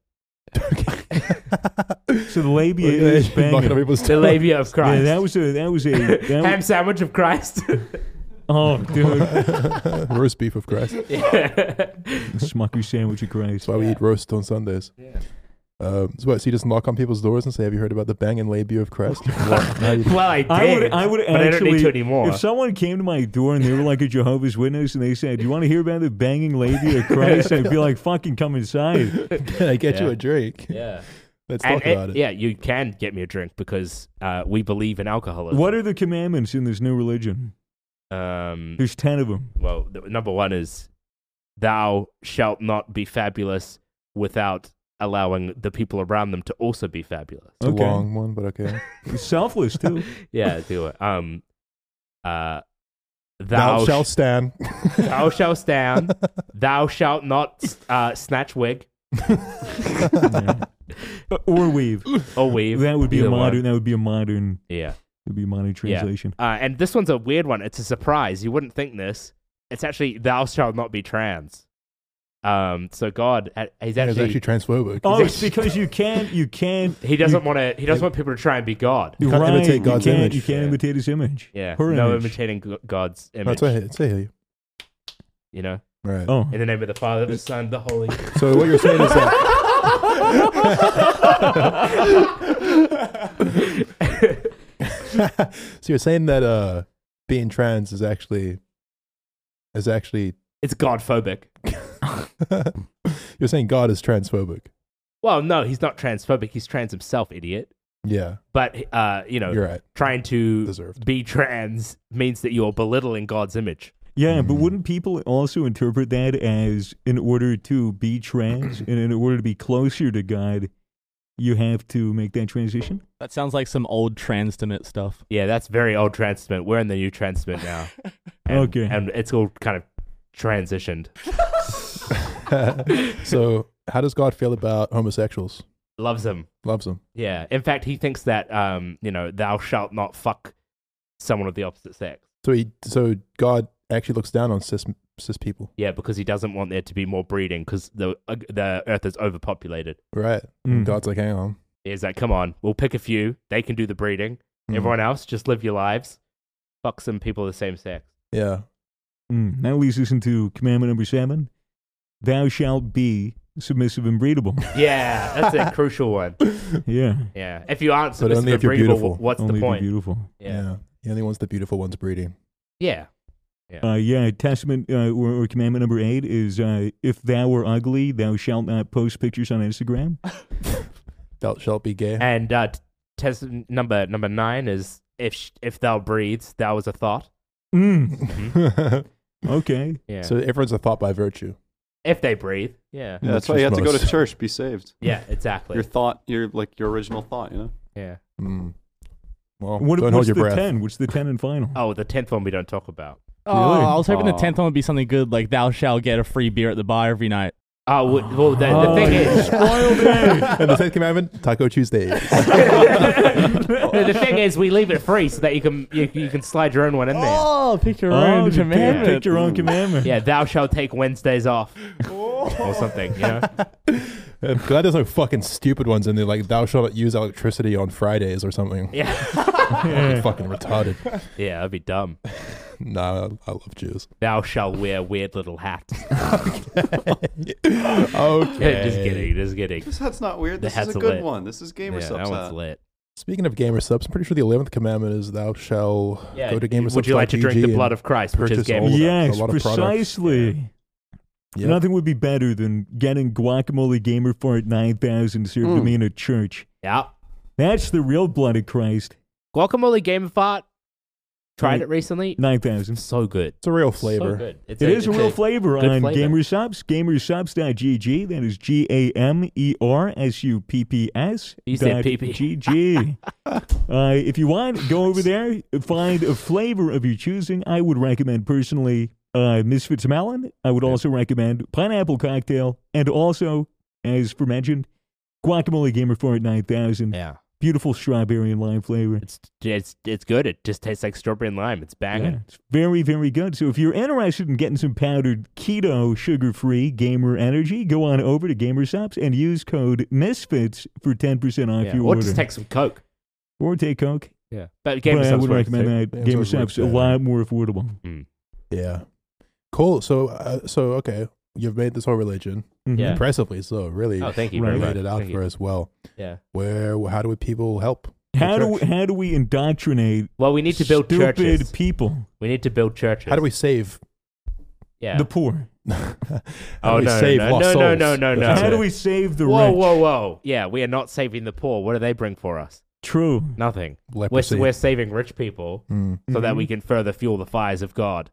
C: So the labia is
B: Knocking on
C: banging.
B: people's
A: the
B: doors.
A: labia of Christ,
C: Yeah, that was a that was a that
A: ham
C: was,
A: sandwich of Christ.
C: oh dude
B: roast beef of Christ.
A: yeah.
C: smuck your sandwich of Christ.
B: That's why we eat roast on Sundays. Um, so what? So you just knock on people's doors and say, "Have you heard about the banging labia of Christ?" What? Now you-
A: Well, I did.
C: I would I would
A: but
C: actually
A: I don't need to anymore.
C: If someone came to my door and they were like a Jehovah's Witness and they said, "Do you want to hear about the banging labia of Christ?" I'd be like, "Fucking come inside."
B: Can I get you
A: Yeah.
B: a drink?
A: yeah.
B: Let's
A: And
B: talk about
A: it-
B: it.
A: yeah, you can get me a drink because uh, we believe in alcoholism.
C: What are the commandments in this new religion?
A: Um,
C: There's ten of them.
A: well, the, number one is thou shalt not be fabulous without allowing the people around them to also be fabulous.
B: It's
C: okay.
B: a long one, but okay.
C: Selfless too.
A: Yeah, do it. Um, uh,
B: Thou,
A: thou,
B: shalt stand.
A: sh- thou shalt stand. thou shalt not uh, snatch wig
C: Yeah. Or weave.
A: or weave.
C: That would be a
A: Either one.
C: modern. That would be a modern.
A: Yeah.
C: Would be a modern translation.
A: Uh, and this one's a weird one. It's a surprise. You wouldn't think this. It's actually thou shalt not be trans. Um. So God, uh, he's
B: It's
A: actually,
B: actually transphobic.
C: Oh, it's because you can't. You can't.
A: he doesn't want to. He doesn't want people to try and be God.
C: You
B: can't
C: right,
B: imitate
C: you
B: God's
C: can't,
B: image.
C: You can't
A: Yeah.
C: imitate His image.
A: Yeah.
C: Her
A: no
C: image.
A: imitating g- God's
B: No,
A: image.
B: Oh, it's right. It's right here.
A: You know,
B: Right.
C: Oh,
A: in the name of the Father, the Son, the Holy.
B: So what you're saying is that so you're saying that uh, being trans is actually is actually
A: It's God phobic.
B: you're saying God is transphobic.
A: Well, no, he's not transphobic. He's trans himself, idiot.
B: Yeah,
A: But uh, you know,
B: you're right.
A: trying to
B: Deserved.
A: be trans means that you're belittling God's image.
C: yeah, but
B: Mm.
C: wouldn't people also interpret that as in order to be trans and in order to be closer to God, you have to make that transition?
E: That sounds like some old transmit stuff.
A: Yeah, that's very old transmit. We're in the new transmit now. And-
C: Okay.
A: And it's all kind of transitioned.
B: so how does God feel about homosexuals?
A: Loves him.
B: Loves them.
A: Yeah. In fact, he thinks that, um, you know, thou shalt not fuck someone of the opposite sex.
B: So he so God actually looks down on cis cis people.
A: Yeah, because he doesn't want there to be more breeding because the, uh, the earth is overpopulated.
B: Right.
C: Mm.
B: God's like, hang on.
A: He's like, come on, we'll pick a few. They can do the breeding.
B: Mm.
A: Everyone else, just live your lives. Fuck some people of the same sex.
B: Yeah.
C: Mm. That leads us into commandment number seven: Thou shalt be submissive and breedable.
A: Yeah, that's a crucial one.
C: yeah,
A: Yeah. If you aren't
B: But only
A: submissive
B: if you're
A: and breedable,
B: beautiful.
A: what's
C: only
A: the
C: if you're
A: point?
C: beautiful.
B: Yeah. He only wants the beautiful ones breeding.
A: Yeah.
C: Uh, yeah, Testament uh, or, or commandment number eight is uh, if thou were ugly, thou shalt not post pictures on Instagram.
B: Thou shalt be gay.
A: And uh, t- test number number nine is if sh- if thou breathes, thou is a thought.
C: Mm,
B: so
C: okay.
A: Mm-hmm. Yeah.
B: everyone's a thought by virtue.
A: if they breathe. Yeah.
D: Yeah, that's
B: Which
D: why you
B: is
D: have to go to
B: most.
D: church, be saved.
A: Yeah. Exactly.
D: Your thought, your like your original thought, you know.
A: yeah.
B: Mm. Well,
C: What,
B: don't
C: what's
B: hold your
C: the
B: breath.
C: ten? What's the ten and final?
A: Oh, the tenth one we don't talk about.
E: Oh,
C: Really?
E: I was hoping the
A: Aw.
E: tenth one would be something good, like "Thou shalt get a free beer at the bar every night."
A: Oh, w- well, the, the
C: Oh,
A: thing
C: you
A: is,
C: spoiled it.
B: and the tenth commandment: Taco Tuesday.
A: the thing is, we leave it free so that you can you, you can slide your own one in there.
E: Oh, pick your
C: Oh,
E: own
C: you can't
E: commandment.
C: pick your own commandment.
A: Yeah, thou shalt take Wednesdays off or something. You know?
B: I'm glad there's no fucking stupid ones in there, like "Thou shalt not use electricity on Fridays" or something.
A: Yeah.
B: You're fucking retarded.
A: Yeah, that'd be dumb.
B: Nah, I love Jews.
A: Thou shalt wear weird little hats.
B: Okay.
A: just kidding. Just kidding.
D: This hat's not weird.
A: The
D: This is a
A: hat's
D: good
A: lit.
D: one. This is gamer
A: yeah, that
D: subs.
A: one's
D: hat.
A: lit.
B: Speaking of gamer subs, I'm pretty sure the eleventh commandment is "Thou shalt
A: Yeah.
B: go to gamer subs."
A: Would you like to drink the blood of Christ, which is
B: purchase
A: game?
B: all of-
C: Yes,
B: a lot of products.
C: precisely.
B: Yeah.
C: Nothing would be better than getting Guacamole Gamer Fart 9000 served to
B: Hmm.
D: Mm.
C: me in a church.
A: Yeah.
C: That's the real blood of Christ.
A: Guacamole Game of Art. Tried
C: Like-
A: it recently.
C: 9000.
A: So good.
B: It's a real
A: So
B: flavor.
A: good. It's
C: It is a real
A: it's
C: flavor
A: good
C: on
A: flavor.
C: GamerSubs, gamersubs.gg. That is G A M E R S U P P S.
A: You said
C: dot
A: PP.
C: GG. uh, if you want, go over there, find a flavor of your choosing. I would recommend personally uh, Misfits Melon. I would also recommend Pineapple Cocktail. And also, as for mentioned, Guacamole Gamer Fort 9000.
A: Yeah.
C: Beautiful strawberry and lime flavor.
A: It's it's it's good. It just tastes like strawberry and lime. It's banging.
C: Yeah, it's very, very good. So if you're interested in getting some powdered keto, sugar-free gamer energy, go on over to GamerSops and use code Misfits for 10% off
A: Yeah.
C: your
A: Or
C: order.
A: just take some Coke.
C: or take Coke.
A: Yeah. But
C: But
A: Game of
C: I
A: Subs
C: would
A: works
C: recommend
A: too.
C: that.
B: Gamer Subs
C: GamerSops
B: works
C: a
B: better.
C: lot more affordable.
B: Yeah. Cool. So, uh, so okay, you've made this whole religion
C: Mhm.
A: Yeah.
B: impressively. So, really,
A: Oh, thank you.
C: Right.
A: Very
B: laid
A: much.
B: it out
A: Thank
B: for
A: you.
B: us well.
A: Yeah.
B: Where? How do people help?
C: How do we,
B: Church.
C: how do we indoctrinate
A: Well, we need to build
C: stupid
A: churches.
C: people,
A: We need to build churches.
B: How do we save?
A: Yeah.
C: the poor?
B: how do
A: Oh,
B: we
A: no,
B: save
A: no,
B: lost
A: no, no,
B: souls?
A: no, no, no.
B: That's
C: how
B: it.
C: do we save the
A: whoa,
C: rich?
A: whoa, whoa! Yeah, we are not saving the poor. What do they bring for us?
C: True.
A: Nothing. We're,
B: Leprosy.
A: we're saving rich people
B: Mm.
A: so that
C: Mhm.
A: we can further fuel the fires of God.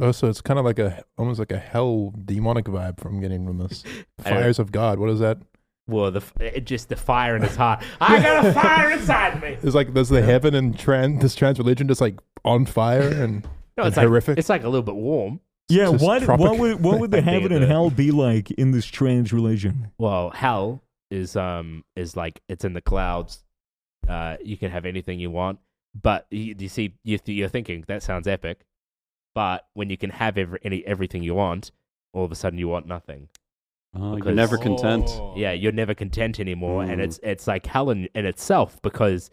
B: Oh, so it's kind of like a almost like a hell demonic vibe from getting from this.
A: I don't-
B: Fires of God. What is that?
A: Well, the f- it just the fire in his heart. I got a fire inside me.
B: It's like there's the heaven and trans this trans religion just like on fire and
A: No,
B: And
A: it's like
B: horrific.
A: It's like a little bit warm.
C: Yeah,
B: Just
C: what,
B: tropic-
C: what would what would the
A: Think
C: heaven
A: of
C: and
A: the-
C: hell be like in this trans religion?
A: Well, hell is um is like it's in the clouds. Uh, you can have anything you want, but you, you see, you th- you're thinking that sounds epic, but when you can have every any everything you want, all of a sudden you want nothing.
D: Oh, you're
A: Because-
D: never content.
A: Yeah, you're never content anymore, and
D: Mm.
A: it's it's like hell in, in itself because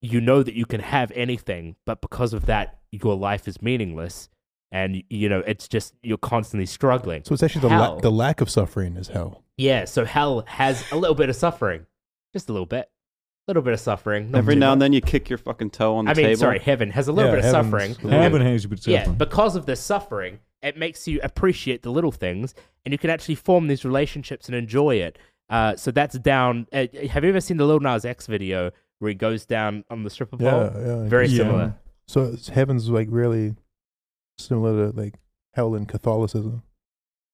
A: you know that you can have anything, but because of that, your life is meaningless, and you know it's just you're constantly struggling.
B: So it's actually the
A: Hell.
B: la- the lack of suffering is hell.
A: Yeah, so hell has a little bit of suffering, just a little bit, a little bit of suffering. not
D: Every
A: too
D: now and
A: much.
D: then you kick your fucking toe on the
A: I mean,
D: table.
A: sorry, heaven has a little
B: Yeah,
A: bit of
B: heaven's
A: suffering.
B: the
A: and-
C: Heaven has but
A: yeah,
C: suffer.
A: because of the suffering, it makes you appreciate the little things, and you can actually form these relationships and enjoy it. Uh, so that's down. Uh, have you ever seen the Lil Nas X video where he goes down on the stripper pole?
B: Yeah, yeah.
A: Very
C: Yeah.
A: similar.
B: So it's, heaven's like really similar to like hell in Catholicism.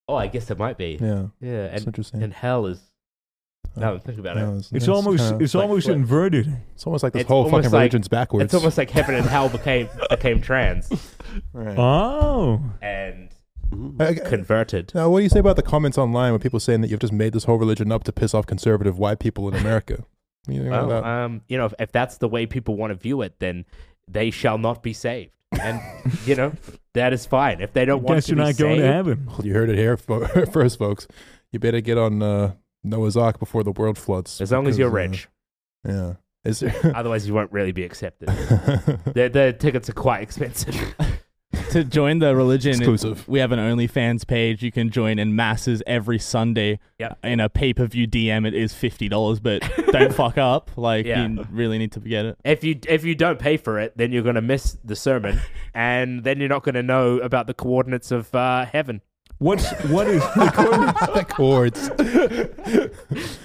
A: Oh, I guess it might be. Yeah,
B: Yeah, it's
A: and
B: interesting.
A: and hell is. Now that I think about it.
B: Yeah,
C: It's almost
B: kinda-
C: it's
A: like
C: almost
A: flip.
C: inverted.
B: it's almost like this
A: it's
B: whole
A: almost
B: fucking
A: like-
B: religion's backwards.
A: It's almost like heaven and hell became became trans
B: Right.
C: Oh.
A: and
D: Mm.
B: I- I-
A: converted.
B: now, what do you say about the comments online with people saying that you've just made this whole religion up to piss off conservative white people in America? You know,
A: Well,
B: that-
A: um, you know, if, if that's the way people want to view it, then they shall not be saved, and you know that is fine. If they don't want
C: Guess
A: to
C: you're
A: be
C: not going
A: saved,
C: to heaven.
B: Well, you heard it here fo- first, folks. You better get on uh, Noah's Ark before the world floods.
A: as long as you're
B: because,
A: rich,
B: uh, yeah. Is
A: otherwise you won't really be accepted.
B: there...
A: the, the tickets are quite expensive.
E: to join the religion, it-
B: Exclusive.
E: we have an OnlyFans page. You can join in masses every Sunday.
A: Yep.
E: In a pay per view DM, it is fifty dollars, but don't fuck up. Like
A: Yeah.
E: you really need to get it.
A: If you if you don't pay for it, then you're gonna miss the sermon, and then you're not gonna know about the coordinates of uh, heaven.
C: What's what is the coordinates?
B: the chords.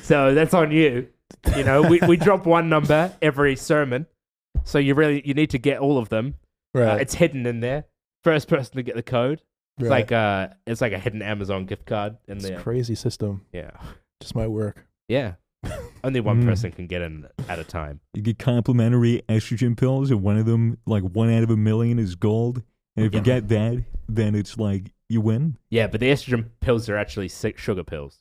A: So that's on you. You know, we, we drop one number every sermon, so you really you need to get all of them. Uh,
B: Right.
A: it's hidden in there. First person to get the code. It's
B: right.
A: like uh it's like a hidden Amazon gift card in
B: it's
A: there.
B: crazy system.
A: yeah.
B: Just might work.
A: Yeah. Only one
B: Hmm.
C: Mm.
A: person can get in at a time.
C: You get complimentary estrogen pills, and one of them, like one out of a million, is gold. And if you
A: Yeah.
C: get that, then it's like you win.
A: Yeah, but the estrogen pills are actually si- sugar pills.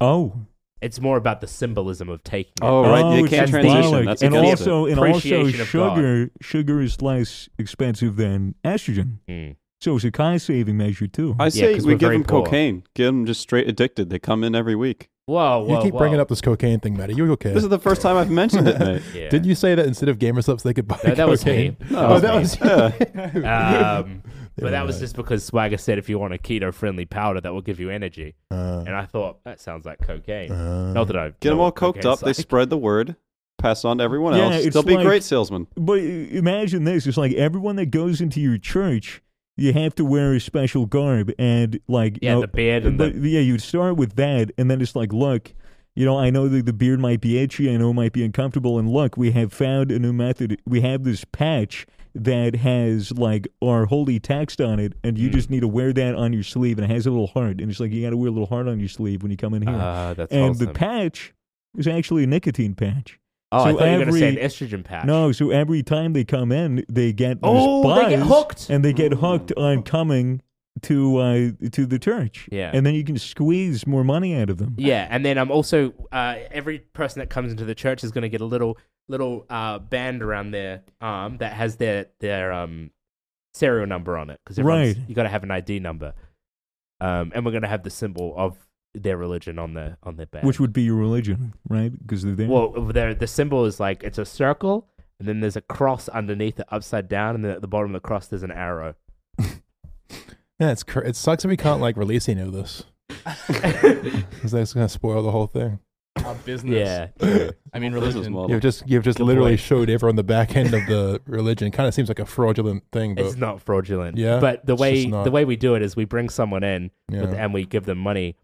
C: Oh,
A: It's more about the symbolism of taking it.
D: Oh, right.
C: Oh,
D: you can't
C: it's
D: transition.
C: symbolic.
D: That's
C: and
D: because-
C: also and also
A: Appreciation of God.
C: sugar sugar is less expensive than estrogen,
A: Mm.
C: so it's a cost saving measure too.
D: I say
A: 'cause
D: we
A: we're
D: give
A: very
D: them
A: poor.
D: cocaine. Get them just straight addicted. They come in every week.
A: Whoa, whoa,
B: you keep
A: whoa.
B: bringing up this cocaine thing, Matty. You're okay.
D: This is the first time I've mentioned it, mate.
A: Yeah.
B: Did you say that instead of gamer subs they could buy
A: No, that was
B: cocaine?
A: me.
D: No,
B: Oh,
A: That
B: that
A: was
B: was you.
A: Um,
B: They
A: but
B: were
A: that was
B: right.
A: just because Swagger said if you want a keto friendly powder that will give you energy.
B: Uh,
A: And I thought, that sounds like cocaine.
B: uh,
A: Not that I
D: Get them all coked up. They
A: spread.
D: spread the word. Pass on to everyone
C: Yeah,
D: else.
C: it's
D: They'll be
C: like-
D: great salesmen.
C: But i- imagine this: it's like everyone that goes into your church, you have to wear a special garb, and like you
A: Yeah,
C: know,
A: the beard and the-
C: but, yeah, you'd start with that, and then it's like, look, you know, I know that the beard might be itchy, I know it might be uncomfortable, and look, we have found a new method. We have this patch that has like our holy text on it, and
A: Hmm.
C: you just need to wear that on your sleeve, and it has a little heart, and it's like you got to wear a little heart on your sleeve when you come in here,
A: Ah, that's
C: and
A: wholesome.
C: the patch is actually a nicotine patch.
A: Oh, I
C: so
A: thought you were going to say an
C: every-
A: estrogen patch.
C: No, so every time they come in, they get this
A: Oh, they get
C: buzz,
A: hooked.
C: and they get hooked on coming to uh, to the church.
A: Yeah.
C: and then you can squeeze more money out of them.
A: Yeah, and then I'm also uh, every person that comes into the church is going to get a little little uh, band around their arm that has their their um, serial number on it because
C: Right.
A: you got to have an ID number, um, and we're going to have the symbol of their religion on the on their band.
C: Which would be your religion, right? Because they're there.
A: well, their the symbol is like it's a circle, and then there's a cross underneath it, upside down, and then at the bottom of the cross there's an arrow.
B: yeah, it's cr- it sucks that we can't like release any of this. 'Cause that's gonna spoil the whole thing.
E: Our business.
A: Yeah,
E: I mean
D: Business
E: religion.
D: model.
B: You've just you've just
A: Good
B: literally
A: point.
B: showed everyone the back end of the religion. Kind of seems like a fraudulent thing, but
A: it's not fraudulent.
B: Yeah,
A: but the
B: it's just
A: way
B: not.
A: the way we do it is we bring someone in.
B: yeah.
A: with- and we give them money.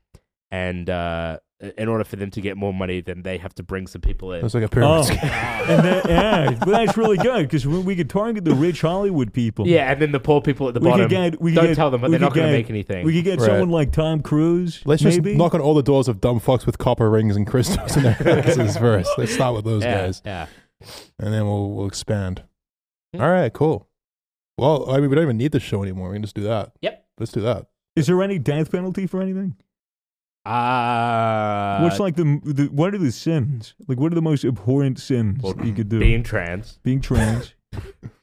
A: And uh, in order for them to get more money, then they have to bring some people in.
B: it's like a
C: Oh.
B: pyramid. scheme.
C: and that, yeah, but that's really good because we, we could target the rich Hollywood people.
A: Yeah, and then the poor people at the
C: we
A: bottom.
C: could get. We could
A: don't
C: get-
A: tell them, but
C: we
A: they're not
C: could
A: going to make
C: get-
A: anything.
C: We could get
B: Right.
C: someone like Tom Cruise.
B: Let's just
C: maybe?
B: knock on all the doors of dumb fucks with copper rings and crystals in their necklaces first. Let's start with those
A: yeah,
B: guys,
A: yeah.
B: and then we'll we'll expand.
A: Hmm.
B: All right, cool. Well, I mean, we don't even need this show anymore. We can just do that.
A: Yep.
B: Let's do that.
C: Is there any death penalty for anything?
A: Uh,
C: What's like the, the what are the sins? Like what are the most abhorrent sins
A: Well,
C: you could do?
A: being trans,
C: Being trans.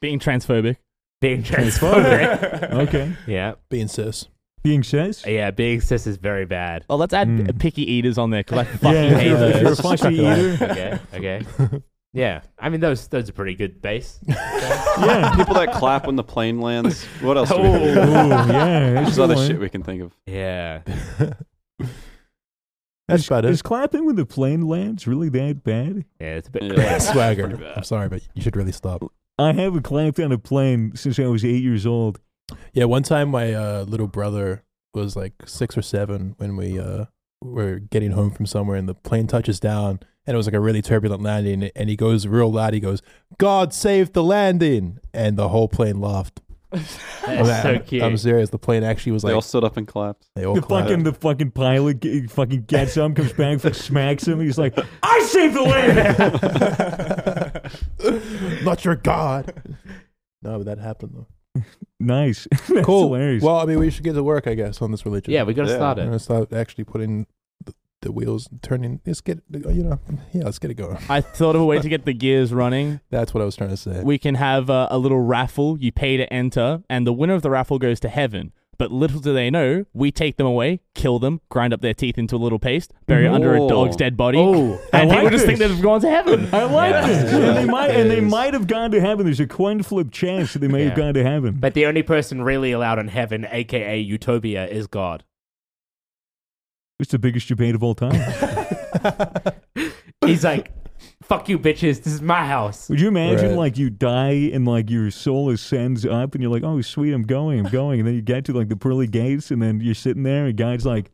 E: Being transphobic.
A: being
C: Transphobic.
A: transphobic.
C: okay.
A: yeah,
B: Being cis.
C: Being cis.
A: yeah. Being cis is very bad.
E: Oh, let's add
C: Mm.
E: picky eaters on there because I fucking
C: Yeah, if
E: hate
C: you're,
E: those.
C: if you're a fussy eater.
A: Okay, okay. Yeah, I mean those those are pretty good base.
C: Yeah.
D: People that clap when the plane lands. What else? Do we
C: Ooh,
D: have?
C: yeah. That's
D: There's
C: the
D: other
C: one.
D: shit we can think of.
A: Yeah,
B: That's
C: is,
B: about it.
C: is clapping when the plane lands really that bad?
A: yeah. It's a bit.
D: Yeah.
A: crass.
B: Swagger.
D: Pretty bad.
B: I'm sorry, but you should really stop.
C: I haven't clapped on a plane since I was eight years old.
B: Yeah, one time my uh, little brother was like six or seven when we uh, were getting home from somewhere, and the plane touches down, and it was like a really turbulent landing, and he goes real loud. He goes, "God save the landing!" and the whole plane laughed.
A: That's
B: I'm-
A: so
B: I'm,
A: cute.
B: I'm serious. The plane actually was
D: They all
B: like
D: stood up and clapped.
B: they all
C: The
B: clapped.
C: fucking the fucking pilot g- fucking gets him, comes back, fucking smacks him. He's like, "I saved the land."
B: Not your God. No, but that happened though.
C: nice. That's
B: Cool.
C: Hilarious.
B: Well, I mean, we should get to work, I guess, on this religion.
A: yeah, we got to
D: Yeah.
A: start
B: I'm
A: it.
B: gonna start actually putting the, the wheels turning. Let's get you know, yeah, let's get it going.
E: I thought of a way to get the gears running.
B: That's what I was trying to say.
E: We can have a, a little raffle. You pay to enter, and the winner of the raffle goes to heaven. But little do they know, we take them away, kill them, grind up their teeth into a little paste, bury it under a
D: Whoa.
E: dog's dead body,
A: Oh,
E: and
C: I
E: people
C: like
E: just think
C: this.
E: they've gone to heaven.
C: I like this.
B: Yeah.
C: And they might and they
B: Yes.
C: might have gone to heaven. There's a coin flip chance that they may have
A: Yeah.
C: gone to heaven.
A: but the only person really allowed in heaven, aka Utopia, is God.
C: It's the biggest debate of all time.
A: He's like, "Fuck you, bitches! This is my house."
C: Would you imagine
B: Right.
C: like you die and like your soul ascends up and you're like, oh sweet, I'm going, I'm going, and then you get to like the pearly gates and then you're sitting there and guy's like,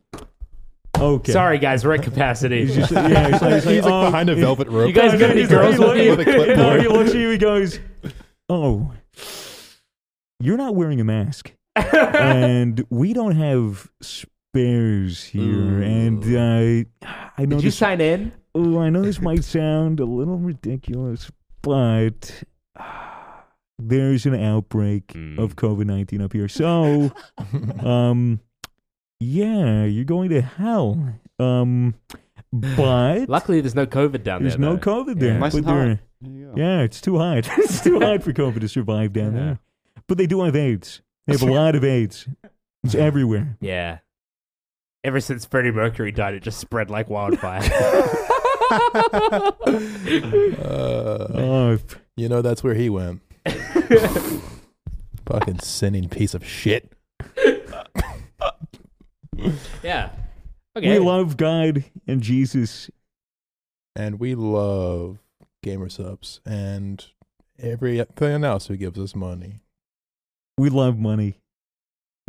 C: okay,
A: Sorry, guys, we're at capacity.
C: He's just- yeah, it's like, it's
B: He's like
C: oh,
B: behind a
C: it-
B: velvet rope.
A: you guys
C: and
A: got
C: then
A: any
C: he's like-
A: girls
C: he look-
A: with
B: you?
C: he-
B: With a
C: no, he
B: clipboard.
C: looks at you. He goes, oh, you're not wearing a mask, and we don't have spares here, and uh, I know
A: Did you
C: this
A: sign in?
C: Ooh, I know this might sound a little ridiculous, but ah, there's an outbreak
A: Hmm.
C: of COVID 19 up here. So, um, yeah, you're going to hell. Um, but
A: Luckily, there's no COVID down
C: there's
A: there.
C: no
A: though.
C: COVID there.
A: Yeah.
C: But
D: Nice and
C: there-
D: There you go.
C: yeah, it's too hot. it's too hot for COVID to survive down
A: Oh. Yeah.
C: there. But they do have AIDS. They have a lot of AIDS. It's everywhere.
A: Yeah. Ever since Freddie Mercury died, it just spread like wildfire.
B: Uh,
C: Oh, f-
B: you know that's where he went. Fucking sinning piece of shit.
A: yeah.
C: We
A: Okay.
C: love God and Jesus.
B: and we love gamer subs and everything else who gives us money.
C: We love money.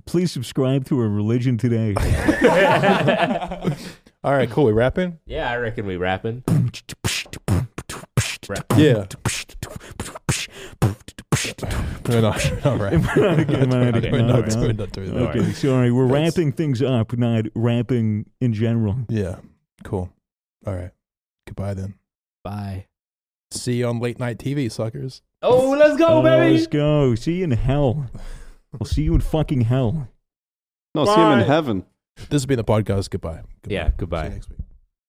C: Please subscribe to our religion today.
B: All right, cool. We rapping?
A: yeah, I reckon we rapping.
B: Yeah. We're not, we're not
C: We're not
B: rapping.
C: doing- we're not doing-
B: We're
C: no,
B: not
C: no.
B: we're not doing that.
C: okay, sorry. We're
B: That's-
C: wrapping things up, not rapping in general.
B: Yeah. Cool. All right. Goodbye then.
A: Bye.
B: See you on late night TV, suckers.
A: Oh, let's go,
C: Oh,
A: baby.
C: Let's go. See you in hell. We'll see you in fucking hell.
D: No, see him
A: Bye.
D: in heaven.
B: This has been the podcast. Goodbye. Goodbye.
A: Yeah, goodbye.
B: See you next week.